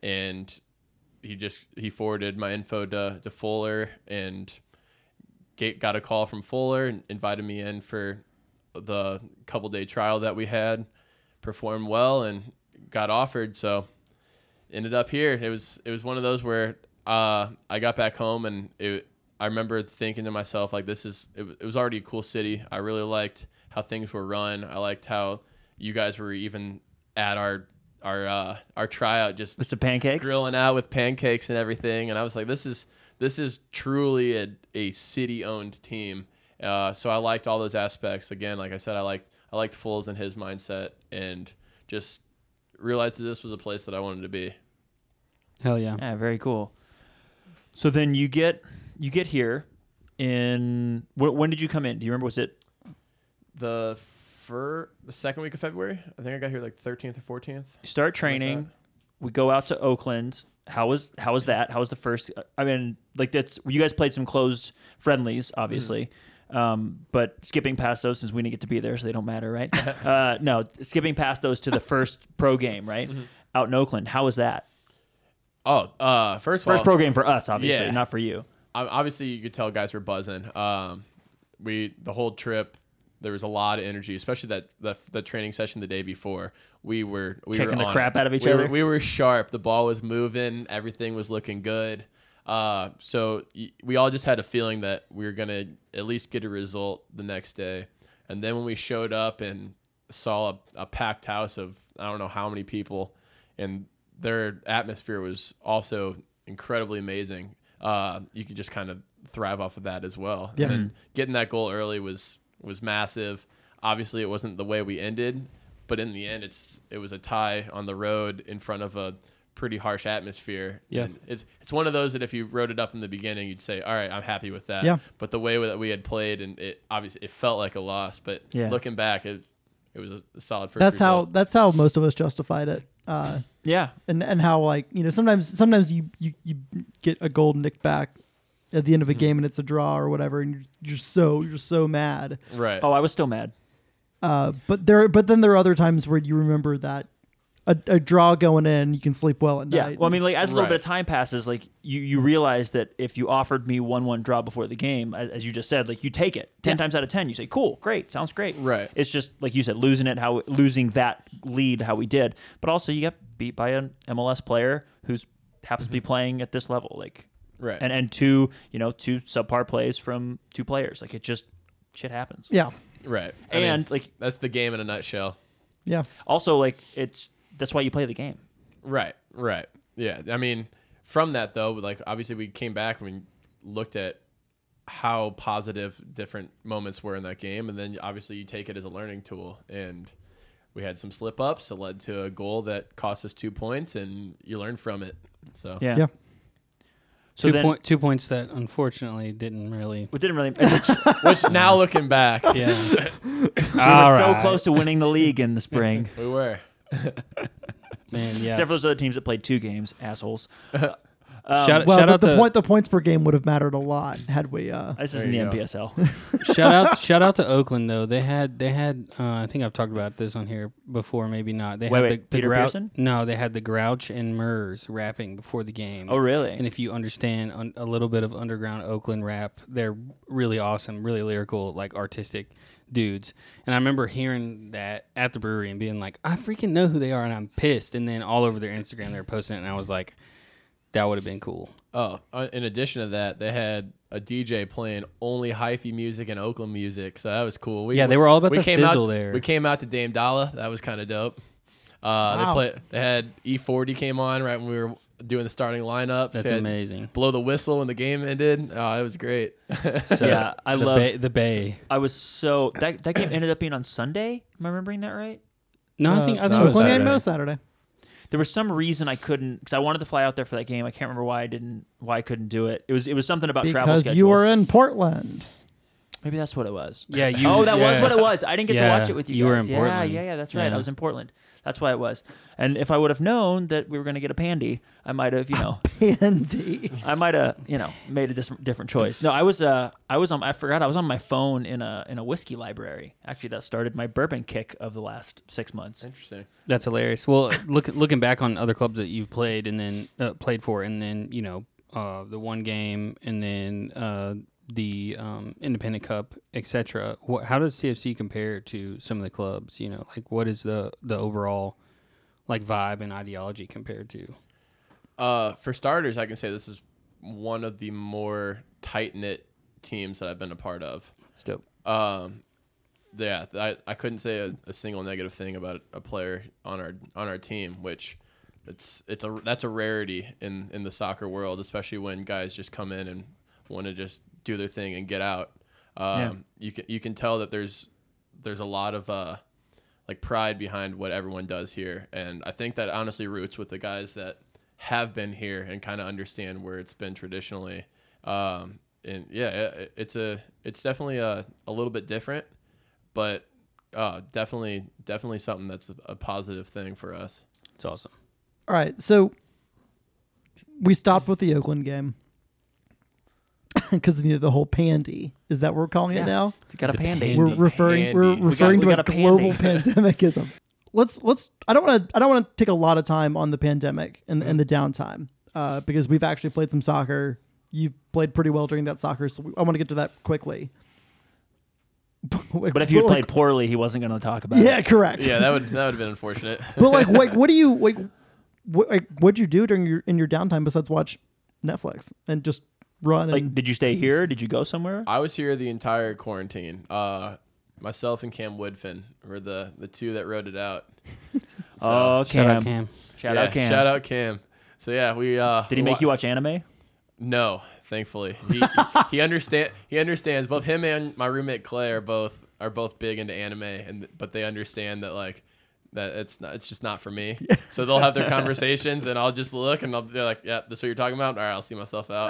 And he just he forwarded my info to, to Fuller and get, got a call from Fuller and invited me in for the couple day trial that we had. Performed well and got offered. So ended up here. It was it was one of those where uh, I got back home and it, I remember thinking to myself like this is it, w- it was already a cool city. I really liked how things were run. I liked how you guys were even at our our uh, our tryout just Mr. Pancakes. grilling out with pancakes and everything. And I was like, this is this is truly a, a city owned team. Uh, so I liked all those aspects. Again, like I said, I liked I liked Foles and his mindset, and just realized that this was a place that I wanted to be. Hell yeah. Yeah, very cool. So then you get you get here in wh- when did you come in? Do you remember? Was it The fir- the second week of February, I think I got here like 13th or 14th. you start training? We go out to Oakland. How was how was that? How was the first? I mean, like that's you guys played some closed friendlies, obviously. Um, but skipping past those since we didn't get to be there, so they don't matter, right? uh, no, skipping past those to the first pro game, right? Out in Oakland. How was that? Oh, uh, first of First all- pro game for us, obviously, Yeah. not for you. ob- obviously you could tell guys were buzzing. Um, we the whole trip there was a lot of energy, especially that the, the training session the day before. We were we Kicking were the on crap it. out of each We were- other? we were sharp. The ball was moving. Everything was looking good. Uh, so y- we all just had a feeling that we were gonna at least get a result the next day. And then when we showed up and saw a, a packed house of I don't know how many people, and their atmosphere was also incredibly amazing. Uh, you could just kind of thrive off of that as well. Yeah. And getting that goal early was was massive. Obviously, it wasn't the way we ended, but in the end, it's it was a tie on the road in front of a pretty harsh atmosphere. Yeah. And it's it's one of those that if you wrote it up in the beginning, you'd say, "All right, I'm happy with that." Yeah. But the way that we had played, and it obviously it felt like a loss, but Yeah. looking back, it was, it was a solid first. That's how result. that's how most of us justified it. Uh, Yeah, and and how like you know sometimes sometimes you you, you get a gold nicked back at the end Hmm. of a game and it's a draw or whatever and you're, you're so you're so mad. right. Oh, I was still mad. Uh, but there but then there are other times where you remember that a, a draw going in you can sleep well at Yeah. night. Well, I mean, like as a little Right. bit of time passes, like you you realize that if you offered me one one draw before the game, as, as you just said, like you take it ten Yeah. times out of ten. You say, "Cool, great, sounds great." Right. It's just like you said, losing it how losing that lead how we did, but also you got beat by an MLS player who's happens to be playing at this level, like Right. and and two you know two subpar plays from two players. Like it just shit happens. yeah. right. I mean, And like that's the game in a nutshell. Uh, Yeah. also like it's that's why you play the game. Right, right. Yeah. I mean, from that though, like obviously we came back and we looked at how positive different moments were in that game and then obviously you take it as a learning tool and we had some slip ups that led to a goal that cost us two points and you learn from it. So Yeah. Yeah. So two, then point, two points that unfortunately didn't really. it didn't really. which now looking back Yeah. We All were so right. close to winning the league in the spring. we were. Man, yeah. Except for those other teams that played two games, assholes. Uh, um, shout Well, shout but out the to point the points per game would have mattered a lot had we uh This isn't the you go. Mm-hmm. NPSL. shout out shout out to Oakland though. They had they had uh, I think I've talked about this on here before, maybe not. They Wait, had wait, the, the Peter Grou- Pearson? No, they had the Grouch and Murs rapping before the game. oh, really? And if you understand un- a little bit of underground Oakland rap, they're really awesome, really lyrical, like artistic dudes. And I remember hearing that at the brewery and being like, I freaking know who they are, and I'm pissed. And then all over their Instagram, they're posting it, and I was like, that would have been cool. Oh, uh, in addition to that, they had a DJ playing only hyphy music and Oakland music, so that was cool. We, Yeah, they were all about we the came fizzle out, there. We came out to Dame Dalla. That was kind of dope. Uh, They Wow. play. They had E40 came on right when we were doing the starting lineups. That's They had amazing. Blow the whistle when the game ended. Oh, it was great. So Yeah, I the love- Bay, the Bay. I was so that that game ended up being on Sunday. Am I remembering that right? No, I think I uh, think it no, was Oakland game, Saturday. no Saturday. There was some reason I couldn't because I wanted to fly out there for that game. I can't remember why I didn't. Why I couldn't do it. It was it was something about travel Because schedule. you were in Portland. Maybe that's what it was. Yeah, you- oh, that was yeah. what it was. I didn't get Yeah, to watch it with you. you were guys. in yeah, Portland. yeah, yeah. That's right. I Yeah. was in Portland. That's why it was. And if I would have known that we were going to get a pandy, I might have, you know, Pandy. I might have, you know, made a dis- different choice. No, I was, uh, I was on. I forgot I was on my phone in a in a whiskey library. Actually, that started my bourbon kick of the last six months. Interesting. That's hilarious. Well, look, looking back on other clubs that you've played and then uh, played for, and then you know uh, the one game, and then uh, the um, Independent Cup, etc. Wh- How does CFC compare to some of the clubs? You know, like what is the the overall like vibe and ideology compared to? Uh, for starters, I can say this is one of the more tight knit teams that I've been a part of. It's dope. Um, yeah, I, I couldn't say a, a single negative thing about a player on our on our team, which it's it's a that's a rarity in in the soccer world, especially when guys just come in and want to just do their thing and get out. Um, you can you can tell that there's there's a lot of uh like pride behind what everyone does here, and I think that honestly roots with the guys that have been here and kind of understand where it's been traditionally. Um, and yeah, it, it's a it's definitely a a little bit different, but uh, definitely definitely something that's a, a positive thing for us. It's awesome. All right, so we stopped with the Oakland game because the, the whole pandy is that what we're calling Yeah. it now. It's got a The pandy. pandy. We're referring we're Pandy. We referring got- we to a, got a global pandemicism. Let's let's. I don't want to. I don't want to take a lot of time on the pandemic and, and the Mm-hmm. downtime uh, because we've actually played some soccer. You played pretty well during that soccer, so we, I want to get to that quickly. But if you had played poorly, he wasn't going to talk about yeah, it. correct. Yeah, that would that would have been unfortunate. but like, like, what do you like? What like, what'd you do during your in your downtime besides watch Netflix and just run? Like, and, did you stay here? Did you go somewhere? I was here the entire quarantine. Uh, myself and Cam Woodfin were the the two that rode it out. oh, Shout Cam. out Cam. Shout Yeah, out Cam. Shout out Cam. So yeah, we uh, Did he make you watch anime? No, thankfully. He he understand he understands both him and my roommate Clay are both are both big into anime and but they understand that like that it's not it's just not for me. So they'll have their conversations and I'll just look and I'll be like, Yeah, this what you're talking about? All right, I'll see myself out.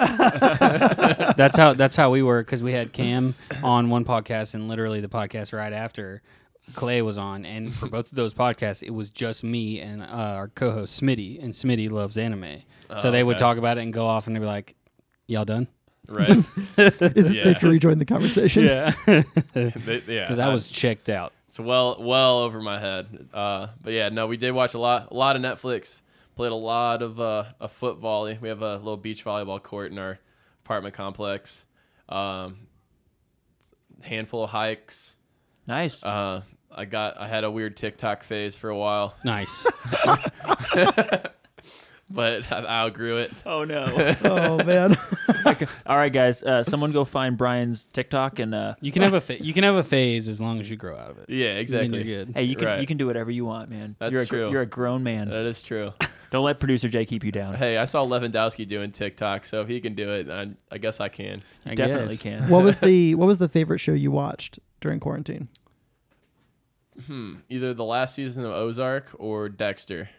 that's how that's how we were because we had Cam on one podcast and literally the podcast right after Clay was on, and for both of those podcasts, it was just me and uh, our co-host Smitty, and Smitty loves anime, so they would okay. talk about it and go off and they'd be like, "Y'all done?" Right. is it safe to rejoin the conversation? They- yeah. Because I was checked out. it's well well over my head. Uh but yeah, no, we did watch a lot a lot of Netflix. Played a lot of uh a foot volley. We have a little beach volleyball court in our apartment complex. Um handful of hikes. Nice. Uh, I got I had a weird TikTok phase for a while, Nice. but I, I outgrew it. oh no. Oh man, All right, guys. Uh, someone go find Brian's TikTok and uh, you can have a fa- you can have a phase as long as you grow out of it. Yeah, Then exactly. you're good. hey, you can Right. you can do whatever you want, man. That's you're a, gr- true. Uh, You're a grown man. That is true. Don't let producer Jay keep you down. hey, I saw Lewandowski doing TikTok, so if he can do it, I, I guess I can. I Definitely guess. can. what was the what was the favorite show you watched during quarantine? Either the last season of Ozark or Dexter.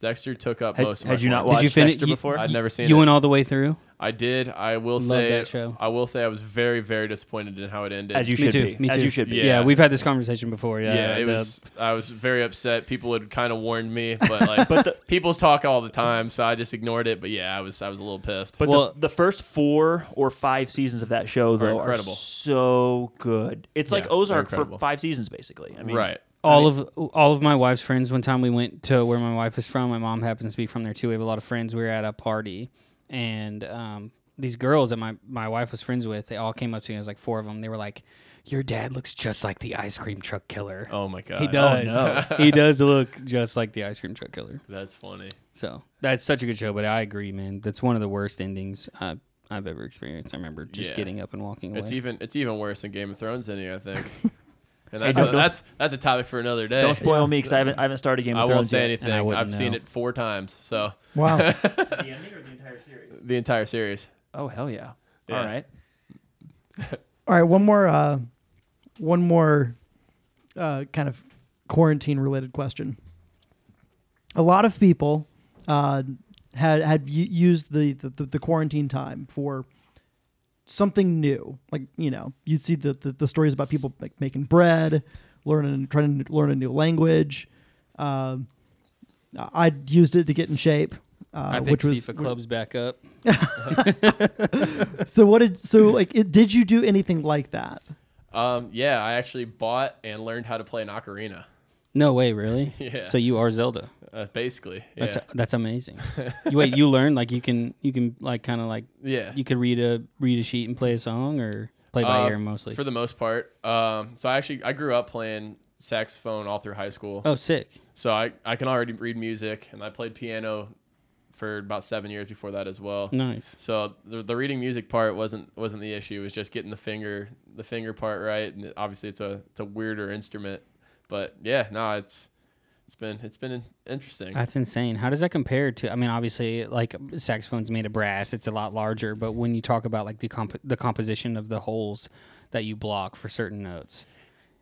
Dexter took up Had- most. Of had my you not Did quarantine. you Watched finish Dexter before? I'd never seen You it. went all the way through. I did. I will Love say. that show. I will say I was very very disappointed in how it ended. As me you should too. be. Me As too. you should be. Yeah. Yeah. we've had this conversation before. Yeah, yeah, it the- was. I was very upset. People had kind of warned me, but like, but people's talk all the time, so I just ignored it. But yeah, I was I was a little pissed. But Well- the, the first four or five seasons of that show though are, incredible. so good. It's like Yeah, they're Ozark for incredible. five seasons basically. I mean, right. all of all of my wife's friends. One time we went to where my wife is from. My mom happens to be from there too. We have a lot of friends. We were at a party, and um, these girls that my my wife was friends with, they all came up to me. It was like four of them. They were like, "Your dad looks just like the ice cream truck killer." Oh my god. he does. he does look just like the ice cream truck killer. Oh, That's funny. So that's such a good show. But I agree, man. That's one of the worst endings uh, I've ever experienced. I remember just Yeah. getting up and walking away. It's e- even it's even worse than Game of Thrones ending, I think. And Hey, that's, don't- that's that's a topic for another day. Don't spoil me because I haven't I haven't started Game of I won't Thrones say yet. anything. And I wouldn't I've seen know. it four times, so Wow, The ending or the entire series? the entire series. Oh hell yeah! Yeah. All right. All right, one more, uh, one more, uh, kind of quarantine-related question. A lot of people uh, had had u- used the, the the quarantine time for something new. Like you know, you'd see the the, the stories about people like making bread, learning, trying to learn a new language. Um, I I used it to get in shape, I uh, picked which was FIFA clubs back up. so. What did so like? It, did you do anything like that? Um, yeah, I actually bought and learned how to play an ocarina. No way, really? Yeah. So you are Zelda. Uh, basically, yeah. That's that's amazing. you, wait, you learn like you can you can like kind of like yeah. you could read a read a sheet and play a song or play by Uh, ear mostly. for the most part. Um, so I actually I grew up playing saxophone all through high school. oh, sick. So I I can already read music, and I played piano for about seven years before that as well. Nice. So the, the reading music part wasn't wasn't the issue. It was just getting the finger the finger part right. And obviously it's a it's a weirder instrument, but yeah, no, it's it's been it's been interesting. That's insane. How does that compare to? I mean, obviously, like saxophone's made of brass; it's a lot larger. But when you talk about like the comp- the composition of the holes that you block for certain notes,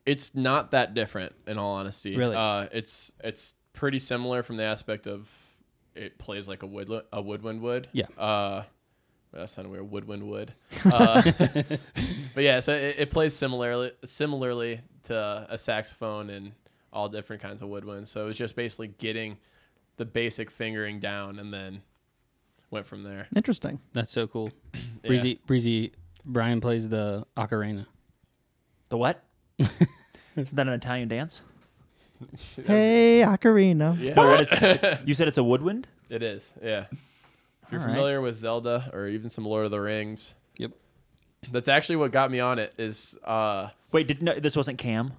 it's not that different in all honesty. Really? uh, it's it's pretty similar from the aspect of it plays like a wood a woodwind wood. Yeah. Uh, that sounded weird. Woodwind wood. Uh, but yeah, so it, it plays similarly similarly to a saxophone and all different kinds of woodwinds. So it was just basically getting the basic fingering down and then went from there. Interesting. that's so cool. Breezy Breezy Brian plays the ocarina. The what? Isn't that an Italian dance? Hey, Ocarina. Yeah, Or it's- you said it's a woodwind. it is. Yeah. If you're All right. familiar with Zelda or even some Lord of the Rings, Yep. That's actually what got me on it. Is uh, Wait, did no, this wasn't Cam?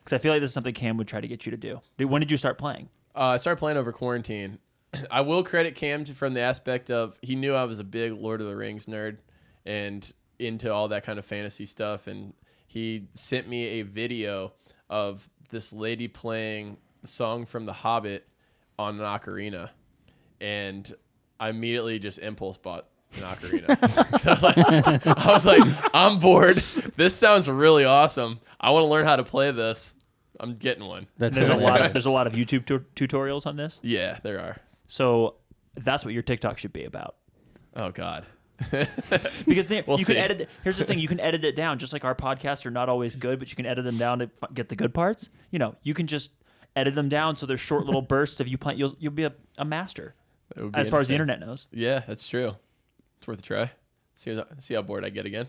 Because I feel like this is something Cam would try to get you to do. Dude, when did you start playing? uh, I started playing over quarantine. I will credit Cam to- from the aspect of he knew I was a big Lord of the Rings nerd and into all that kind of fantasy stuff, and he sent me a video of this lady playing the song from The Hobbit on an ocarina, and I immediately just impulse bought an ocarina. I, was like, I was like, I'm bored. This sounds really awesome. I want to learn how to play this. I'm getting one. That's There's a lot. Of, hilarious. there's a lot of YouTube tu- tutorials on this. Yeah, there are. So that's what your TikTok should be about. Oh God. Because then We'll you see. can edit. it- Here's the thing: you can edit it down. Just like our podcasts are not always good, but you can edit them down to f- get the good parts. You know, you can just edit them down so they're short little bursts of you playing. You'll you'll be a, a master That would be as far as the interesting. internet knows. Yeah, that's true. It's worth a try. See how, see how bored I get again.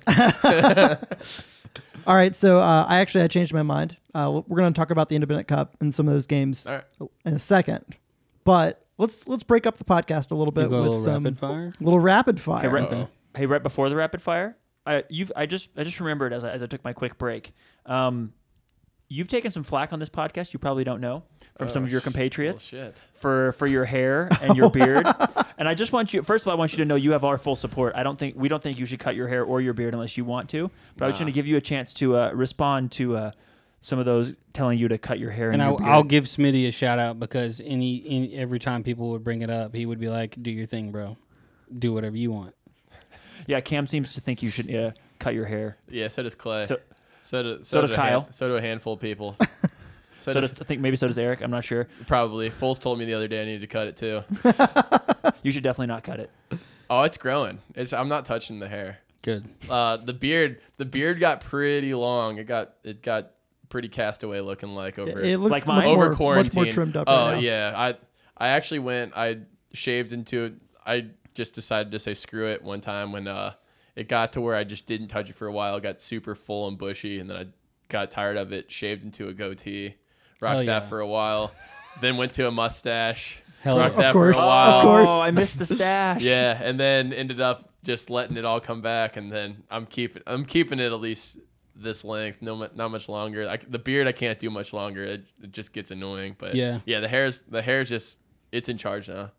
All right, so uh, I actually I changed my mind. Uh, we're going to talk about the Independent Cup and some of those games All right. in a second, but let's let's break up the podcast a little bit You go a with little some rapid fire? little rapid fire. Hey, right, Uh-oh. hey, right before the rapid fire, I you've I just I just remembered as I, as I took my quick break. Um, you've taken some flack on this podcast. You probably don't know from some Oh, of your compatriots shit. for for your hair and your beard. and I just want you first of all, I want you to know you have our full support. I don't think we don't think you should cut your hair or your beard unless you want to. But I was Nah. going to give you a chance to uh, respond to uh, some of those telling you to cut your hair and, And I, your beard. I'll give Smitty a shout out because any, any every time people would bring it up, he would be like, "Do your thing, bro. Do whatever you want." yeah, Cam seems to think you should uh, cut your hair. Yeah, so does Clay. So, So- so, do, so, does do a Kyle. hand- so do a handful of people. So, So, does, does, I think maybe so does Eric. I'm not sure. probably. Foles told me the other day I needed to cut it too. You should definitely not cut it. Oh, it's growing. It's I'm not touching the hair. Good. Uh, the beard, the beard got pretty long. It got it got pretty castaway looking like It, over it looks Like much mine? more, over quarantine. much more trimmed up. Oh right now. yeah, I I actually went. I shaved into it. I just decided to say screw it one time when uh it got to where I just didn't touch it for a while. It got super full and bushy, and then I got tired of it. Shaved into a goatee, rocked Hell Oh, yeah. that for a while, then went to a mustache, Hell rocked yeah. that Of course, for a while. of course. Oh, I missed the stash. Yeah, and then ended up just letting it all come back, and then I'm keeping I'm keeping it at least this length, no mu- not much longer. I c the beard I can't do much longer; it, it just gets annoying. But Yeah. yeah, the hair's the hair's just it's in charge now.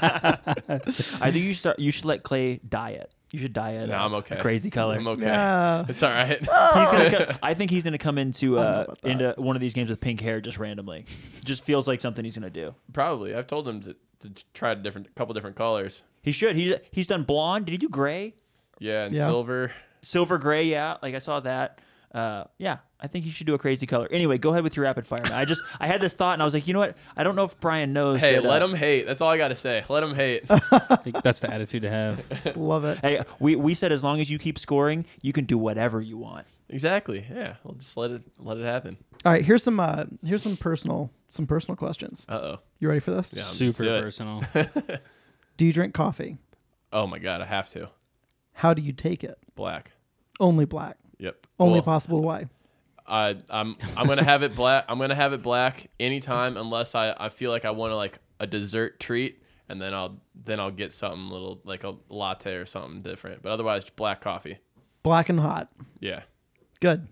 I think you should start. You should let Clay dye it. You should dye it. No, a- I'm okay. a Crazy color. I'm okay. Yeah. It's all right. He's gonna. Come, I think he's gonna come into don't know uh, about that. into one of these games with pink hair just randomly. Just feels like something he's gonna do. Probably I've told him to, to try a different couple different colors. He should. He he's done blonde. Did he do gray? Yeah, and Yeah. silver. Silver gray. Yeah, like I saw that. uh, yeah, I think you should do a crazy color. Anyway, go ahead with your rapid fire. Man. I just I had this thought and I was like, you know what? I don't know if Brian knows. Hey, that, let uh, them hate. That's all I gotta say. Let them hate. I think that's the attitude to have. Love it. Hey, we, we said as long as you keep scoring, you can do whatever you want. exactly. Yeah. We'll just let it let it happen. All right, here's some uh here's some personal some personal questions. Uh oh. You ready for this? Yeah. let's Super do it. personal. Do you drink coffee? Oh my god, I have to. How do you take it? Black. Only black. Yep. Only Well, possible way. I I'm I'm gonna have it black. I'm gonna have it black anytime unless I, I feel like I want to like a dessert treat and then I'll then I'll get something little like a latte or something different. But otherwise, black coffee. Black and hot. Yeah. Good.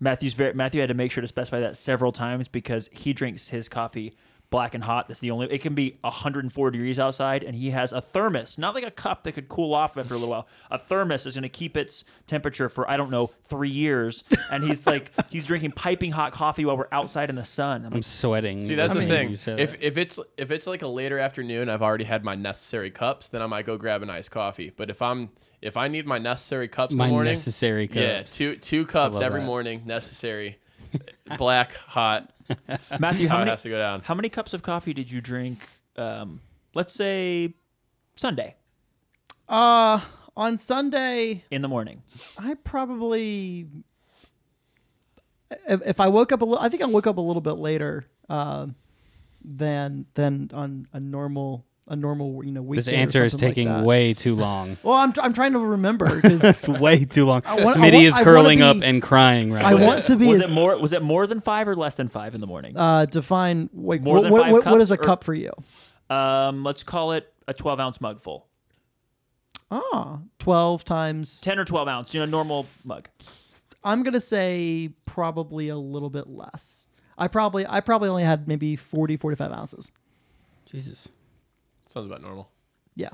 Matthew's very, Matthew had to make sure to specify that several times because he drinks his coffee black and hot. That's the only. It can be 104 degrees outside, and he has a thermos, not like a cup that could cool off after a little while. A thermos is going to keep its temperature for I don't know three years, and he's like he's drinking piping hot coffee while we're outside in the sun. I'm I'm like, sweating. See, that's the I listening to thing. you say If that. if it's if it's like a later afternoon, I've already had my necessary cups. Then I might go grab an iced coffee. But if I'm if I need my necessary cups in my the morning, necessary cups. yeah, two two cups love every that. morning, necessary, black hot. That's Matthew, how how it many has to go down. how many cups of coffee did you drink? Um, let's say Sunday Uh on Sunday, in the morning. I probably if, if I woke up a little I think I woke up a little bit later uh, than than on a normal a normal you know weekday. this or answer is something like taking that. way too long. Well, I'm I'm trying to remember because It's way too long. want- I Smitty want- is I wanna curling be- up and crying right I now. want to be was as it more was it more than five or less than five in the morning? uh, define wait, More what, than what- five what- what cups is a or- cup for you? Um, let's call it a 12 ounce mug full. Ah, 12 times. 10 or 12 ounce, you know, normal mug. I'm going to say probably a little bit less. I probably I probably only had maybe 40 45 ounces. Jesus. Sounds about normal. Yeah.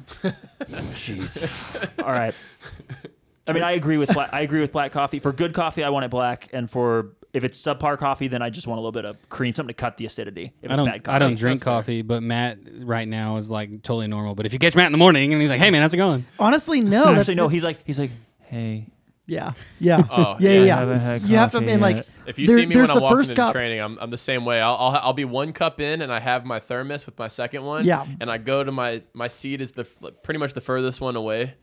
Jeez. All right. I mean, I agree with black, I agree with black coffee. For good coffee, I want it black, and for if it's subpar coffee, then I just want a little bit of cream, something to cut the acidity. If I it's bad don't. coffee, I don't drink That's fair. coffee, but Matt right now is like totally normal. But if you catch Matt in the morning and he's like, "Hey man, how's it going?" Honestly, no. that's- Actually, no. He's like, he's like, hey, Yeah. Yeah. Oh, yeah, yeah, yeah, I haven't had You have to coffee and like yet. If you there- see me there's when I'm the walking first into cup. training, I'm, I'm the same way. I'll, I'll I'll be one cup in, and I have my thermos with my second one. Yeah. And I go to my my seat is the f- like, pretty much the furthest one away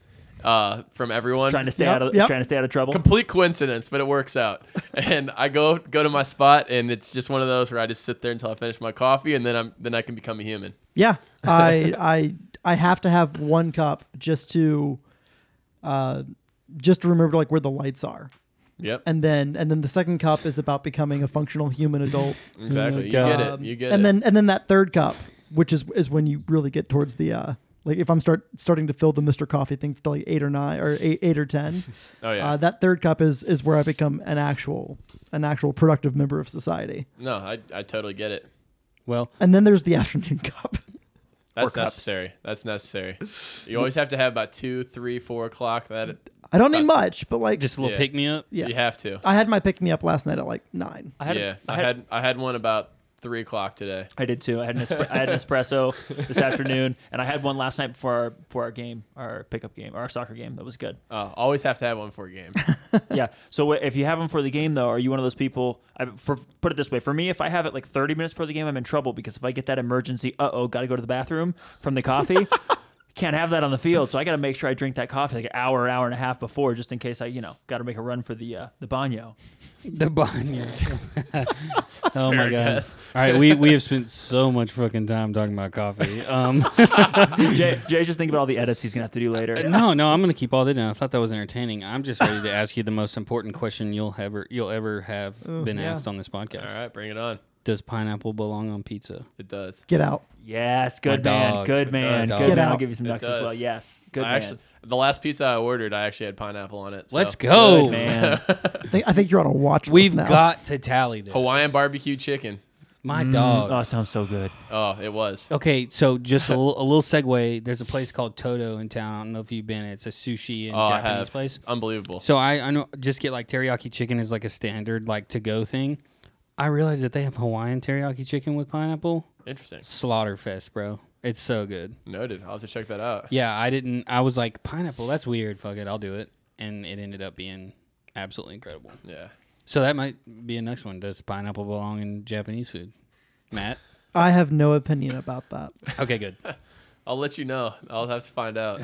uh, from everyone. trying to stay Yep, out of yep. trying to stay out of trouble. complete coincidence, but it works out. And I go go to my spot, and it's just one of those where I just sit there until I finish my coffee, and then I'm then I can become a human. Yeah. I I I have to have one cup just to uh just to remember like where the lights are. Yep. And then and then the second cup is about becoming a functional human adult. Exactly. You God. get it. Um, You get and it. then and then that third cup, which is is when you really get towards the uh like if I'm start starting to fill the Mr. Coffee thing to like eight or nine or eight eight or ten. oh yeah. Uh, that third cup is is where I become an actual an actual productive member of society. no, I I totally get it. Well, And then there's the afternoon cup. That's cups. necessary. That's necessary. You always have to have about two, three, four o'clock. That I don't Uh, need much, but like just a little Yeah. pick me up. yeah. you have to. I had my pick me up last night at like nine. I had, yeah, I I had, had I had one about three o'clock today. I did too. I had an espre- I had an espresso this afternoon, and I had one last night before our before our game, our pickup game, our soccer game. That was good. Uh, always have to have one for a game. yeah. So wh- if you have them for the game, though, are you one of those people? I, for put it this way, for me, if I have it like 30 minutes for the game, I'm in trouble because if I get that emergency, uh oh, got to go to the bathroom from the coffee, can't have that on the field. So I got to make sure I drink that coffee like an hour, hour and a half before, just in case I, you know, got to make a run for the uh, the baño. The bun. oh my fair god. guess. All right, we we have spent so much fucking time talking about coffee. Um, Jay, Jay's just thinking about all the edits he's gonna have to do later. no, no, I'm gonna keep all that in. I thought that was entertaining. I'm just ready to ask you the most important question you'll ever you'll ever have been yeah. asked on this All podcast. right, bring it on. Does pineapple belong on pizza? It does. Get out. Yes, good My man, dog. good My man, dog. good Get man. I'll out. give you some It nuts as does. well. Yes, good I man. actually the last pizza I ordered, I actually had pineapple on it. so- Let's go. Good man. I think, I think you're on a watch list We've now. got to tally this. Hawaiian Uh, barbecue chicken. My oh, dog. it sounds so good. Oh, it was. Okay, so just a little, a little segue. There's a place called Toto in town. I don't know if you've been. It's a sushi and Oh, I Japanese have. place. Unbelievable. So I, I know just get like teriyaki chicken is like a standard like to go thing. I realized that they have Hawaiian teriyaki chicken with pineapple. Interesting. Slaughterfest, bro. It's so good. Noted. I'll have to check that out. Yeah, I didn't. I was like pineapple. That's weird. Fuck it, I'll do it. And it ended up being absolutely incredible. Yeah. So that might be a next one. Does pineapple belong in Japanese food? Matt. I have no opinion about that, Okay, good. I'll let you know. I'll have to find out.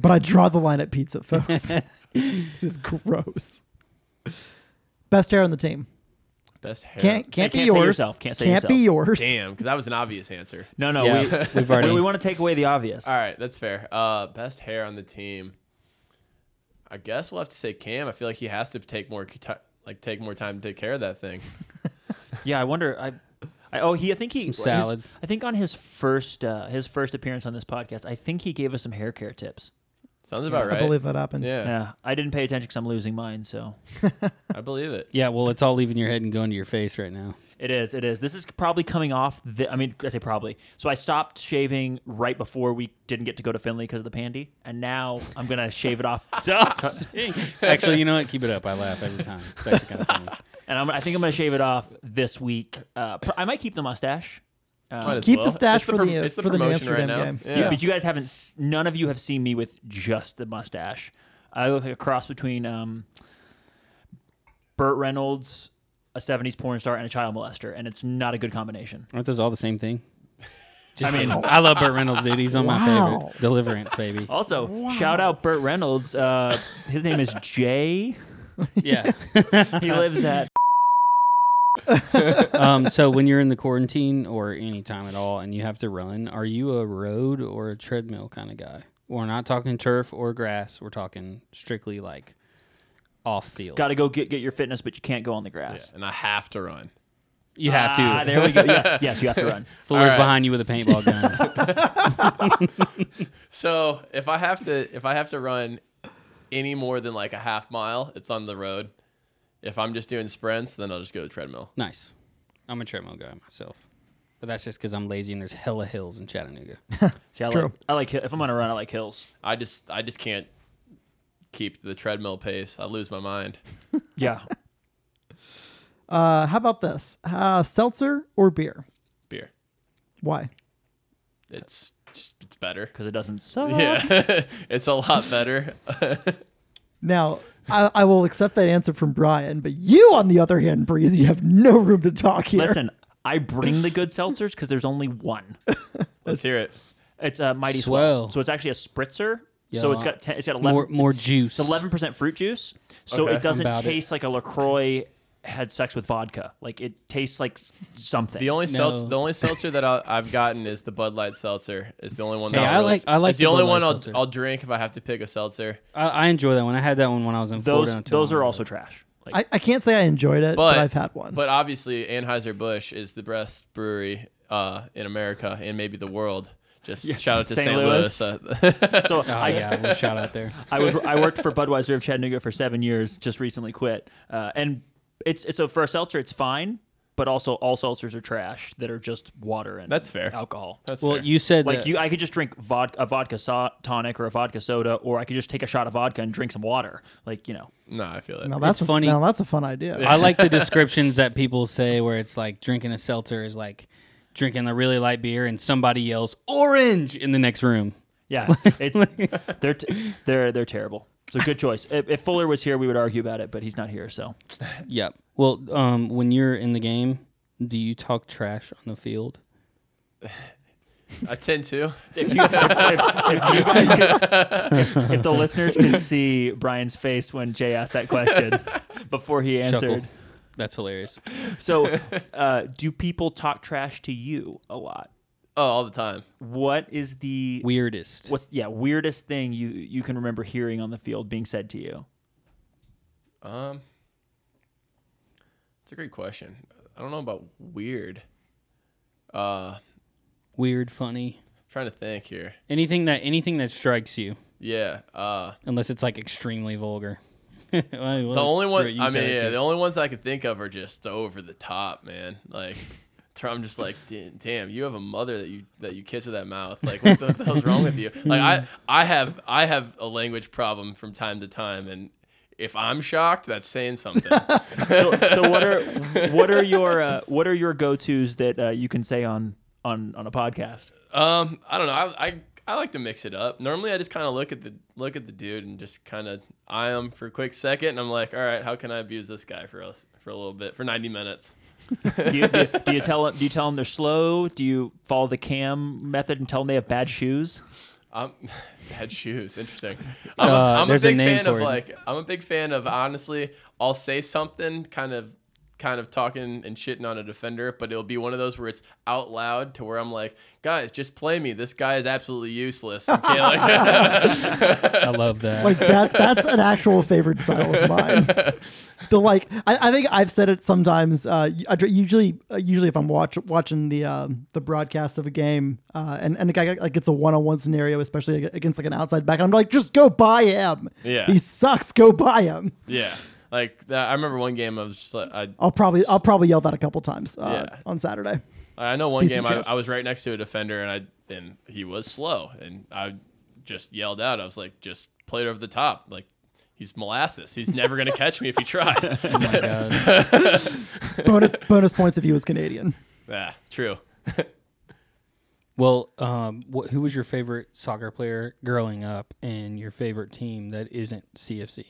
but I draw the line at pizza, folks. it's gross. Best hair on the team. Best hair. Can't Hey, can't be can't say yours. yourself. Can't say be yours. Damn, because that was an obvious answer. No, no, Yeah, we, we've already- we, want to take away the obvious. All right, that's fair. Uh, best hair on the team. I guess we'll have to say Cam. I feel like he has to take more ki- ti- like take more time to take care of that thing. Yeah, I wonder. I, I oh, he. I think he Some salad. his- I think on his first uh, his first appearance on this podcast, I think he gave us some hair care tips. Sounds about right. I believe that happened. yeah, Yeah, I didn't pay attention because I'm losing mine. So I believe it. Yeah, well, it's all leaving your head and going to your face right now. it is. It is. This is probably coming off. The, I mean, I say probably. So I stopped shaving right before we didn't get to go to Finley because of the pandy, and now I'm gonna shave it off. Stop. saying- actually, you know what? Keep it up. I laugh every time. It's actually kind of funny. And I'm, I think I'm gonna shave it off this week. Uh, pr- I might keep the mustache. Might Um, as Keep the well. stash It's for prom- the, uh, it's the for the New promotion right now. Amsterdam game. Yeah. But you guys haven't. s- None of you have seen me with just the mustache. I look like a cross between um, Burt Reynolds, a '70s porn star, and a child molester, and it's not a good combination. Aren't those all the same thing? Just I mean, I love Burt Reynolds, dude. He's one of my Wow. favorite. Deliverance, baby. Also, shout out Burt Reynolds. Uh, his name is Jay. Yeah. He lives at. Um, so when you're in the quarantine or any time at all and you have to run, are you a road or a treadmill kind of guy? We're not talking turf or grass. We're talking strictly like off field. Got to go get get your fitness, but you can't go on the grass. And I have to run. You have to. Ah, there we go. Yeah. Yes, you have to run. Floor's All right. behind you with a paintball gun. So if I have to if I have to run any more than like a half mile, it's on the road. If I'm just doing sprints, then I'll just go to the treadmill. nice. I'm a treadmill guy myself. But that's just because I'm lazy and there's hella hills in Chattanooga. See, I like, true. I like hi- if I'm gonna run, I like hills. I just I just can't keep the treadmill pace. I lose my mind. Yeah. Uh, how about this? Uh, seltzer or beer? Beer. Why? It's just it's better. Because it doesn't suck. Yeah, it's a lot better. Now, I, I will accept that answer from Brian, but you, on the other hand, Breezy, have no room to talk here. Listen, I bring the good seltzers because there's only one. Let's hear it. It's a mighty swell. Swell. So it's actually a spritzer. Yeah, so it's I- got ten, it's got More, eleven more juice. eleven percent fruit juice. So Okay. it doesn't About it. taste like a Lacroix had sex with vodka. Like it tastes like s- something. The only seltzer, No. the only seltzer that I, I've gotten is the Bud Light seltzer. It's the only one. Hey, that I I'll really- like- I like It's the, the only Bud Light one I'll, seltzer. Uh, I'll drink if I have to pick a seltzer. I, I enjoy that one. I had that one when I was in those Florida. not too those long are ago. also trash. Like I, I can't say I enjoyed it, but, But I've had one. But obviously, Anheuser Busch is the best brewery uh, in America and maybe the world. Just shout out to St. St. Louis. Louis. Uh, so, Oh, I, yeah. We'll shout out there. I was I worked for Budweiser of Chattanooga for seven years. Just recently quit. Uh, and it's so for a seltzer, it's fine. But also, all seltzers are trash that are just water and That's fair. alcohol. that's Well, fair. you said Like that- you, I could just drink vodka, a vodka so- tonic or a vodka soda, or I could just take a shot of vodka and drink some water. Like you know, No, I feel it. now that's it's a, funny. Now that's a fun idea. I like the descriptions that people say where it's like drinking a seltzer is like drinking a really light beer and somebody yells orange in the next room. yeah, it's they're t- they're they're terrible. So good choice. If, if Fuller was here, we would argue about it, but he's not here. So Yep. Well, um, when you're in the game, do you talk trash on the field? I tend to. if, you, if, if you guys could- if the listeners could see Brian's face when Jay asked that question before he answered. Chuckle. That's hilarious. So, uh, do people talk trash to you a lot? Oh, all the time. What is the Weirdest. what's yeah weirdest thing you you can remember hearing on the field being said to you? Um, it's a great question. I don't know about weird. Uh, Weird, funny. trying to think here. Anything that anything that strikes you, Yeah. Uh, unless it's like extremely vulgar. the the only one. I mean, yeah, the only ones I can think of are just over the top, man. Like, I'm just like, damn, damn, you have a mother that you that you kiss with that mouth. Like, what the hell's wrong with you? Like, I I have I have a language problem from time to time, and if I'm shocked, that's saying something. So, so what are what are your uh, what are your go tos that uh, you can say on on on a podcast? Um, I don't know. I, I I like to mix it up. Normally, I just kind of look at the look at the dude and just kind of eye him for a quick second, and I'm like, all right, how can I abuse this guy for us for a little bit for 90 minutes? do, you, do, you, do you tell them? Do you tell them they're slow? Do you follow the cam method and tell them they have bad shoes? Um, bad shoes. Interesting. I'm, a- Uh, I'm a there's a big name fan for of it. like. I'm a big fan of honestly. I'll say something, kind of, kind of talking and shitting on a defender, but it'll be one of those where it's out loud to where I'm like, guys, just play me. This guy is absolutely useless. Okay, like- I love that. like that that's an actual favorite style of mine the like I, I think I've said it sometimes uh y- I dr- usually uh, usually if I'm watch, watching the um the broadcast of a game uh and and the guy like it's a one-on-one scenario especially ag- against like an outside back I'm like just go buy him Yeah. he sucks go buy him yeah, like that. I remember one game. I was just like, I, I'll probably I'll probably yell that a couple times uh, Yeah. on Saturday I know one Piece of game I, shit. I was right next to a defender and I and he was slow and I just yelled out. I was like, just play it over the top. Like he's molasses. He's never gonna catch me if he tried. Oh my God. bonus bonus points if he was Canadian ah, true. Well, um, wh- who was your favorite soccer player growing up, and your favorite team that isn't CFC?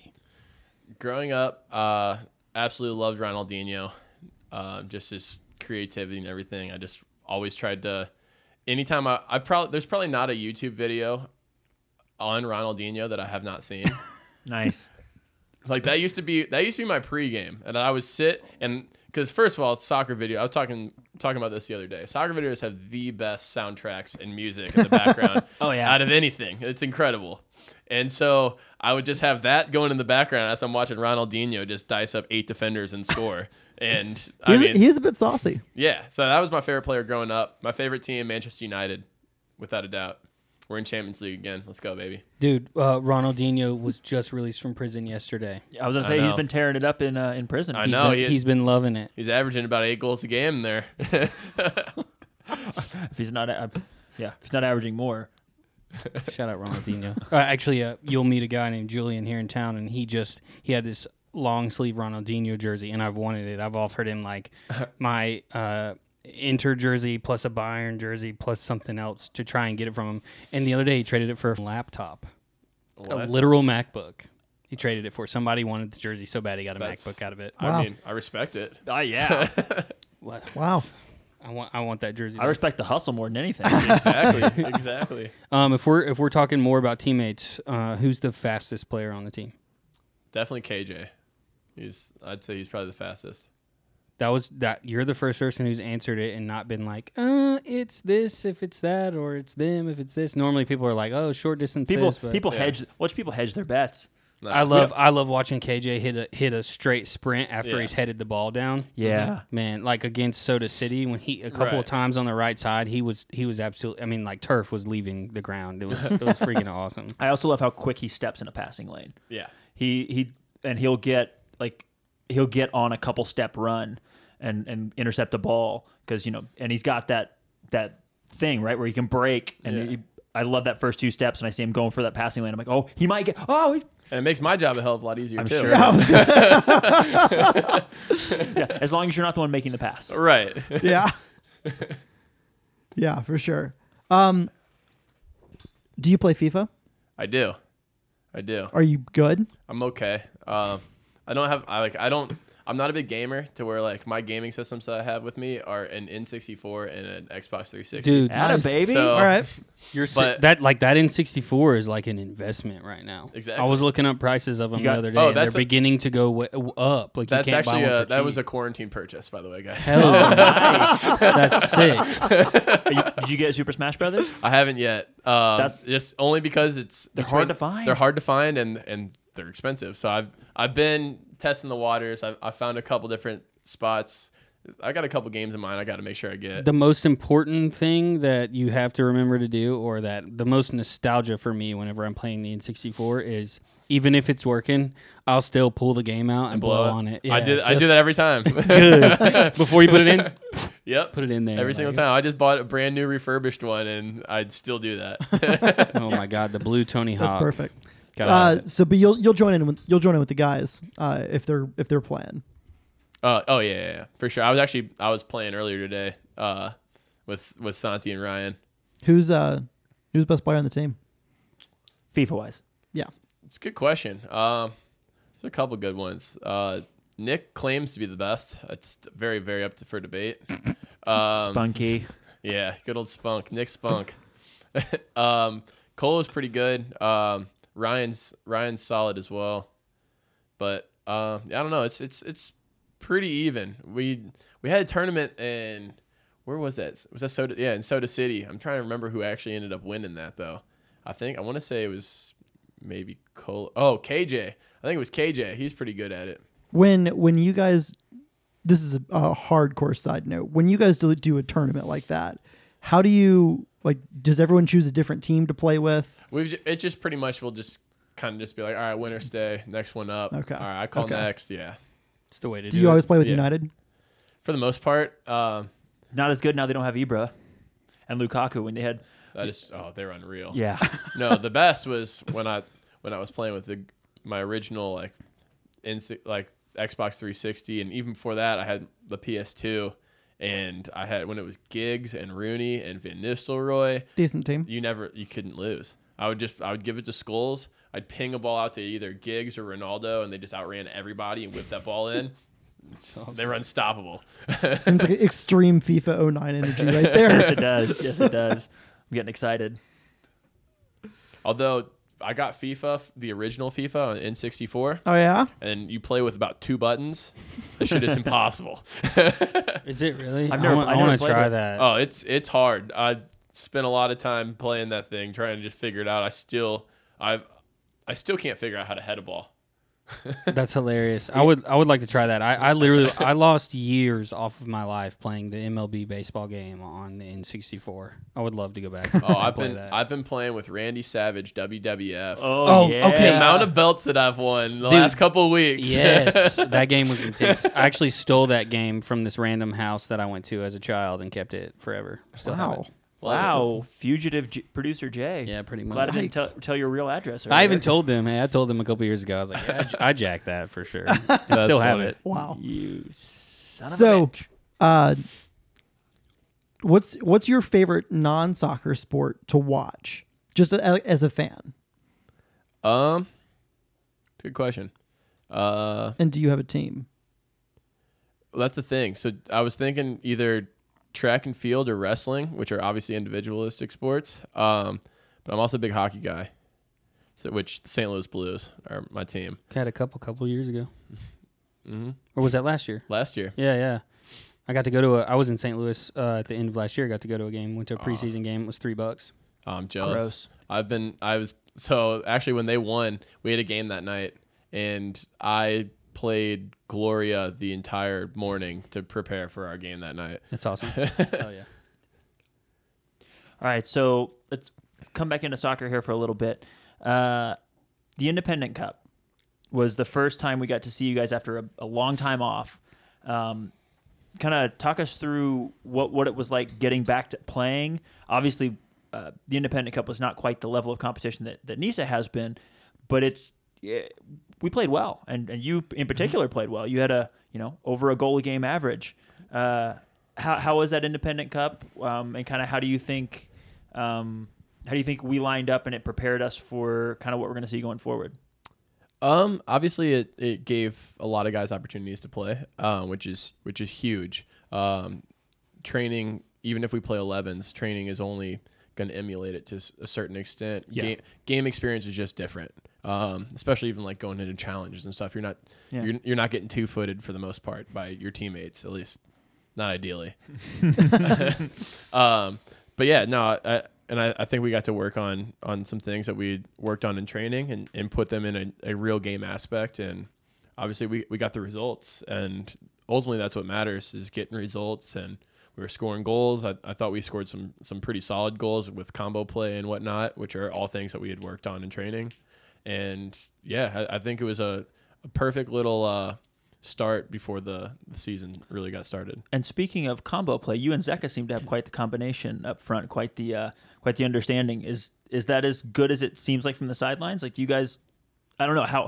Growing up, uh, absolutely loved Ronaldinho. Uh, just his creativity and everything. I just always tried to. Anytime I, I probably there's probably not a YouTube video on Ronaldinho that I have not seen. Nice. Like that used to be that used to be my pregame, and I would sit and because first of all, soccer video. I was talking talking about this the other day. Soccer videos have the best soundtracks and music in the background. Oh, yeah. out of anything, it's incredible. And so I would just have that going in the background as I'm watching Ronaldinho just dice up eight defenders and score. and I he's, mean, he's a bit saucy yeah. So that was my favorite player growing up. My favorite team, Manchester United, without a doubt. We're in Champions League again. Let's go, baby. Dude, uh, Ronaldinho was just released from prison yesterday. I was gonna I say he's know. been tearing it up in uh, in prison. I He's know been, he- he's been loving it. He's averaging about eight goals a game there. If he's not, uh, yeah, if he's not averaging more. Shout out Ronaldinho. uh, actually, uh, you'll meet a guy named Julian here in town, and he just he had this long sleeve Ronaldinho jersey, and I've wanted it. I've offered him like my uh, Inter jersey plus a Bayern jersey plus something else to try and get it from him. And the other day, he traded it for a laptop, a What? literal MacBook. He traded it for somebody wanted the jersey so bad he got a That's- MacBook out of it. Wow. I mean, I respect it. Oh yeah, What? wow I want I want that jersey. I respect the hustle more than anything. Exactly. exactly. um, if we're if we're talking more about teammates, uh, who's the fastest player on the team? Definitely KJ. He's I'd say he's probably the fastest. That was that. You're the first person who's answered it and not been like, uh, it's this if it's that, or it's them if it's this. Normally, people are like, oh, short distance. People this, but people yeah. hedge. Watch people hedge their bets. I love I love watching KJ hit a hit a straight sprint after Yeah. he's headed the ball down. Yeah. Man, like against Soda City when he a couple Right. of times on the right side, he was he was absolutely. I mean, like turf was leaving the ground. It was it was freaking awesome. I also love how quick he steps in a passing lane. Yeah. He he and he'll get like he'll get on a couple step run and and intercept the ball because you know and he's got that that thing right where he can break and Yeah. he, I love that first two steps and I see him going for that passing lane. I'm like, oh, he might get. Oh, he's And it makes my job a hell of a lot easier I'm too. sure. yeah, as long as you're not the one making the pass. Right. yeah. yeah, for sure. Um, do you play FIFA? I do. I do. Are you good? I'm okay. Um I don't have I like I don't I'm not a big gamer to where like my gaming systems that I have with me are an N64 and an Xbox 360. Dude, Atta baby. Oh, So- All right. You're si- But- that like that in sixty four is like an investment right now. I Exactly. was looking up prices of them got- the other day. oh, and they're that's a- beginning to go w- w- up. Like That's you can't buy actually one uh for that was a cheap. quarantine purchase by the way, guys. hell. nice. Oh, That's sick. Are you- did you get Super Smash Brothers? I haven't yet. Um, That's- That's just only because it's they're hard to find. They're hard to find and and they're expensive. So I've I've been testing the waters. I've I found a couple different spots. I got a couple games in mind. I got to make sure I get. The most important thing that you have to remember to do, or that the most nostalgia for me whenever I'm playing the N sixty four is even if it's working, I'll still pull the game out and blow, blow it. on it. I Yeah, do I do just that every time. before you put it in. yep. Put it in there Every like- single time, I just bought a brand new refurbished one, and I'd still do that. Oh my god, the blue Tony Hawk. That's perfect. Gotta have Uh, it. so, but you'll you'll join in with you'll join in with the guys uh, if they're if they're playing. Uh, oh yeah, yeah, yeah, for sure. I was actually I was playing earlier today uh, with with Santi and Ryan. Who's uh He was the best player on the team. FIFA wise. Yeah. It's a good question. Um, there's a couple good ones. Uh, Nick claims to be the best. It's very, very up to, for debate. Um, Spunky. Yeah, good old Spunk. Nick Spunk. um, Cole is pretty good. Um, Ryan's Ryan's solid as well. But uh, I don't know. It's it's it's pretty even. We we had a tournament in where was that? Was that Soda? Yeah, in Soda City. I'm trying to remember who actually ended up winning that though. I think I want to say it was maybe Cole. Oh, KJ. I think it was KJ. He's pretty good at it. When when you guys, this is a, a hardcore side note. When you guys do, do a tournament like that, how do you like? Does everyone choose a different team to play with? We've ju- it just pretty much will just kind of just be like, all right, winner stay, next one up. Okay. All right, I call Okay. next. Yeah. It's the way to Do do, you it. always play with Yeah. United? For the most part, um, Not as good now. They don't have Ibra and Lukaku when they had. that is oh they're unreal. Yeah. No, the best was when I when I was playing with the my original like inst- like Xbox 360, and even before that, I had the PS2, and I had when it was Giggs and Rooney and Van Nistelrooy. Decent team. you never you couldn't lose. I would just I would give it to Skulls. I'd ping a ball out to either Giggs or Ronaldo, and they just outran everybody and whipped that ball in. They were unstoppable. Seems like extreme FIFA 09 energy right yes, there. it does. Yes, it does. I'm getting excited. Although I got FIFA, the original FIFA on N64, oh yeah. and you play with about two buttons. This shit is impossible. Is it really? I've I've never- never, I've I never want to played try it. that. Oh, it's it's hard. I spent a lot of time playing that thing, trying to just figure it out. I still I I still can't figure out how to head a ball. That's hilarious. I would I would like to try that. I, I literally I lost years off of my life playing the MLB baseball game on the N64. I would love to go back. Oh, and I've play been that. I've been playing with Randy Savage WWF. Oh, yeah. okay. The amount of belts that I've won the last couple weeks. yes, that game was intense. I actually stole that game from this random house that I went to as a child and kept it forever. Still have Wow. it. Wow, fugitive J- producer Jay. Yeah, pretty Glad I much. didn't tell, tell your real address. I earlier. even told them. Hey, I told them a couple years ago. I was like, yeah, I, j- I jacked that for sure. And still have funny. it. Wow. you. Son of a So, bitch. uh, what's what's your favorite non soccer sport to watch? Just a, as a fan, Um good question. Uh and do you have a team? that's the thing. So I was thinking either track and field or wrestling, which are obviously individualistic sports. Um but I'm also a big hockey guy. So which the St. Louis Blues are my team. Had a couple couple years ago. Mm-hmm. Or was that last year? Last year. Yeah, yeah. I got to go to a. I was in St. Louis uh, at the end of last year. Got to go to a game. Went to a preseason game. It was three bucks. I'm jealous. Gross. I've been I was so actually when they won, we had a game that night and I played Gloria the entire morning to prepare for our game that night. That's awesome. oh yeah. All right, so let's come back into soccer here for a little bit. Uh, the Independent Cup was the first time we got to see you guys after a, a long time off. Um, kind of talk us through what what it was like getting back to playing. Obviously, uh, the Independent Cup was not quite the level of competition that that NISA has been, but it's yeah, we played well, and and you in particular played well. You had a you know over a goal a game average. Uh, how how was that Independent Cup, um, and kind of how do you think? Um, how do you think we lined up and it prepared us for kind of what we're going to see going forward? Um, obviously, it, it gave a lot of guys opportunities to play, um, which is which is huge. Um, training, even if we play 11s, training is only going to emulate it to s- a certain extent. Yeah. Game, game experience is just different, um, especially even like going into challenges and stuff. You're not Yeah. you're, you're not getting two footed for the most part by your teammates, at least not ideally. um, but yeah, no, I, I, and I, I think we got to work on on some things that we worked on in training and, and put them in a, a real game aspect. And obviously, we, we got the results, and ultimately, that's what matters is getting results. And we were scoring goals. I, I thought we scored some some pretty solid goals with combo play and whatnot, which are all things that we had worked on in training. And yeah, I, I think it was a, a perfect little uh, start before the, the season really got started. And speaking of combo play, you and Zeka seem to have quite the combination up front, quite the uh, quite the understanding. Is is that as good as it seems like from the sidelines? Like you guys, I don't know how.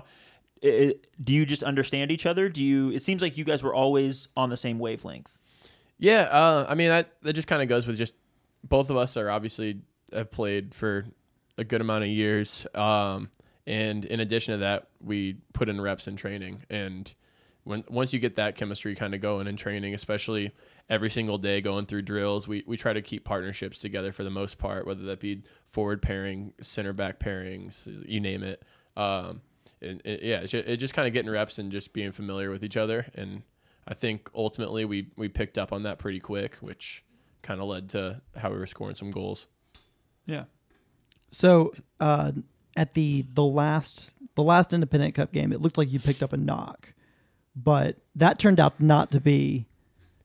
i i do you just understand each other? Do you? It seems like you guys were always on the same wavelength. Yeah, uh, I mean that that just kind of goes with just both of us are obviously I played for a good amount of years. Um, and in addition to that, we put in reps in training. And when once you get that chemistry kind of going in training, especially every single day going through drills, we, we try to keep partnerships together for the most part, whether that be forward pairing, center back pairings, you name it. Um, and it, yeah, it's just, it just kind of getting reps and just being familiar with each other. And I think ultimately we, we picked up on that pretty quick, which kind of led to how we were scoring some goals. Yeah. So uh, at the the last the last Independent Cup game, it looked like you picked up a knock, but that turned out not to be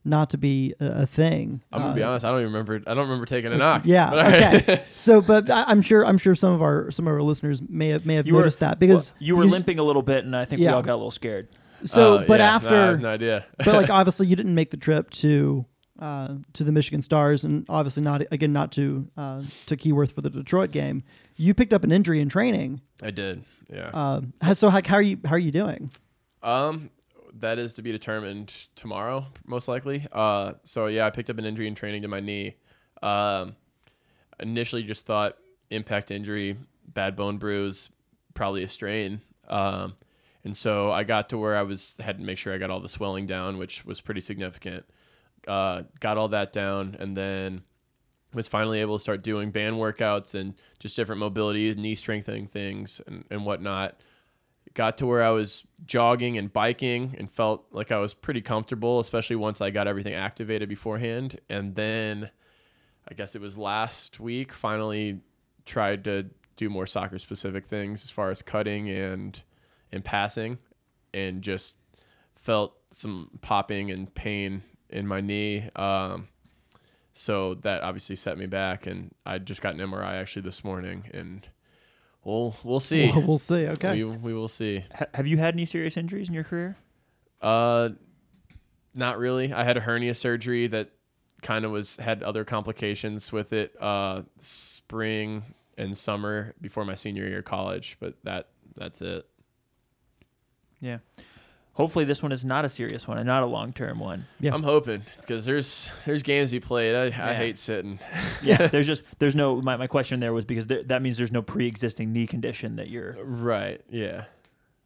not to be a, a thing. I'm gonna Uh, be honest. I don't even remember. I don't remember taking a knock. Yeah. But all right. Okay. so, but I, I'm sure I'm sure some of our some of our listeners may have may have You were- noticed that because Well, you were s- limping a little bit, and I think we Yeah. all got a little scared. So, Uh, but yeah, after nah, I have no idea. but like obviously you didn't make the trip to uh, to the Michigan Stars and obviously not again not to uh, to Keyworth for the Detroit game. You picked up an injury in training. I did. Yeah. Uh, how- so how, how are you how are you doing? Um, that is to be determined tomorrow, most likely. Uh, so yeah, I picked up an injury in training to my knee. Um, initially just thought impact injury, bad bone bruise, probably a strain. Um, and so I got to where I was had to make sure I got all the swelling down, which was pretty significant. Uh, got all that down, and then was finally able to start doing band workouts and just different mobility, knee strengthening things, and, and whatnot got to where I was jogging and biking and felt like I was pretty comfortable, especially once I got everything activated beforehand. And then I guess it was last week, finally tried to do more soccer specific things as far as cutting and and passing and just felt some popping and pain in my knee. Um, so that obviously set me back and I just got an MRI actually this morning and we'll we'll see. We'll, we'll see. Okay. We, we will see. H- have you had any serious injuries in your career? Uh, not really. I had a hernia surgery that kind of was had other complications with it. Uh, spring and summer before my senior year of college, but that that's it. Yeah. Hopefully, this one is not a serious one and not a long term one. Yeah. I'm hoping because there's there's games you played. I, I Yeah. hate sitting. Yeah. there's just there's no my, my question there was because there, that means there's no pre existing knee condition that you're. Right. Yeah.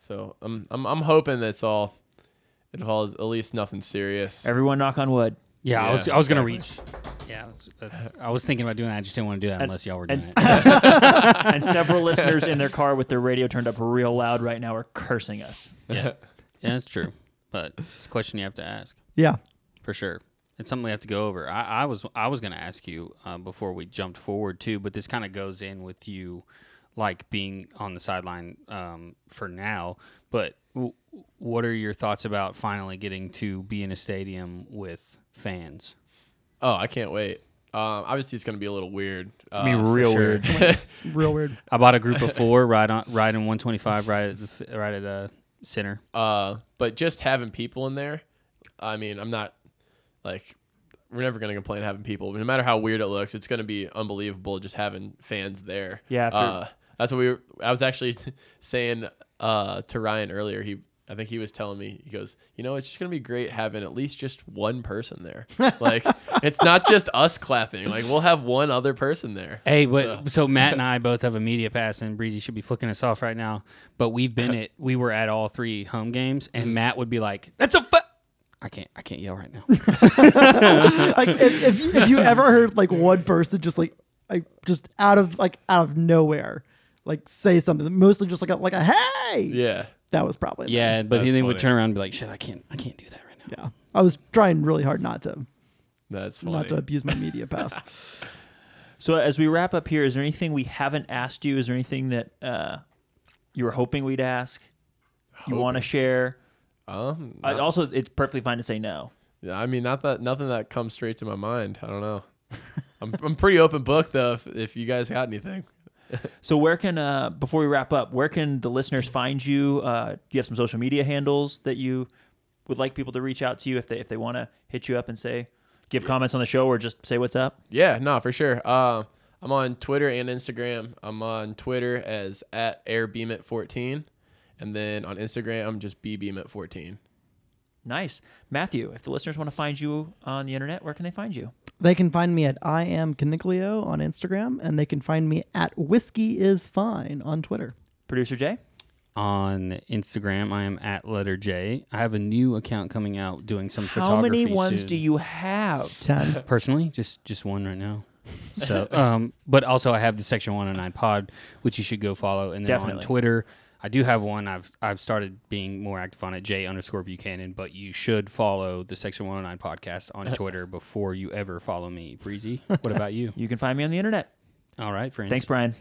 So I'm I'm I'm hoping that's all. It all is at least nothing serious. Everyone knock on wood. Yeah, I was Yeah, I was gonna reach. Yeah, that's, that's, I was thinking about doing that. I just didn't want to do that And- unless y'all were and- doing it. and several listeners in their car with their radio turned up real loud right now are cursing us. yeah. yeah, that's true. But it's a question you have to ask Yeah. for sure. It's something we have to go over. I, I was I was gonna ask you uh, before we jumped forward too, but this kind of goes in with you, like being on the sideline um, for now. But w- what are your thoughts about finally getting to be in a stadium with fans? Oh, I can't wait. Um, obviously it's gonna be a little weird. Uh, real weird. It's real weird. I bought a group of four right on right in 125 right at the f- right at the center. Uh, but just having people in there, I mean, I'm not like we're never gonna complain having people. No matter how weird it looks, it's gonna be unbelievable just having fans there. Yeah, after- uh, that's what we. Were, I was actually saying uh, to Ryan earlier. He, I think he was telling me. He goes, you know, it's just gonna be great having at least just one person there. like it's not just us clapping. Like we'll have one other person there. Hey, but so. Matt and I both have a media pass, and Breezy should be flicking us off right now. But we've been at we were at all three home games, Mm-hmm. and Matt would be like, "That's a fu-" I can't I can't yell right now. like if, if, you- if you ever heard like one person just like I just out of like out of nowhere like say something mostly just like a, like a hey Yeah. that was probably them. yeah, but That's then they would funny. turn around and be like, "Shit, I can't I can't do that right now." yeah I was trying really hard not to That's not funny. to abuse my media pass So as we wrap up here, is there anything we haven't asked you? Is there anything that uh, you were hoping we'd ask? You want to share? um, Uh, also, it's perfectly fine to say no. Yeah, I mean, not that nothing that comes straight to my mind. I don't know. I'm I'm pretty open book though. If, if you guys got anything, So where can uh, before we wrap up, where can the listeners find you? Uh, do you have some social media handles that you would like people to reach out to you if they if they want to hit you up and say give comments on the show or just say what's up? yeah, no, for sure. Uh, I'm on Twitter and Instagram. I'm on Twitter as at airbeamit14, and then on Instagram I'm just bbeamit14. Nice. Matthew, if the listeners want to find you on the internet, where can they find you? They can find me at I am Caniglio on Instagram, and they can find me at Whiskey is Fine on Twitter. Producer Jay? On Instagram, I am at letter J. I have a new account coming out doing some How photography. many ones soon. do you have? Ten. personally just just one right now so um but also i have the section 109 pod which you should go follow and then Definitely. on twitter i do have one i've i've started being more active on it j underscore buchanan but you should follow the section 109 podcast on twitter before you ever follow me breezy what about you You can find me on the internet. all right friends Thanks, Brian.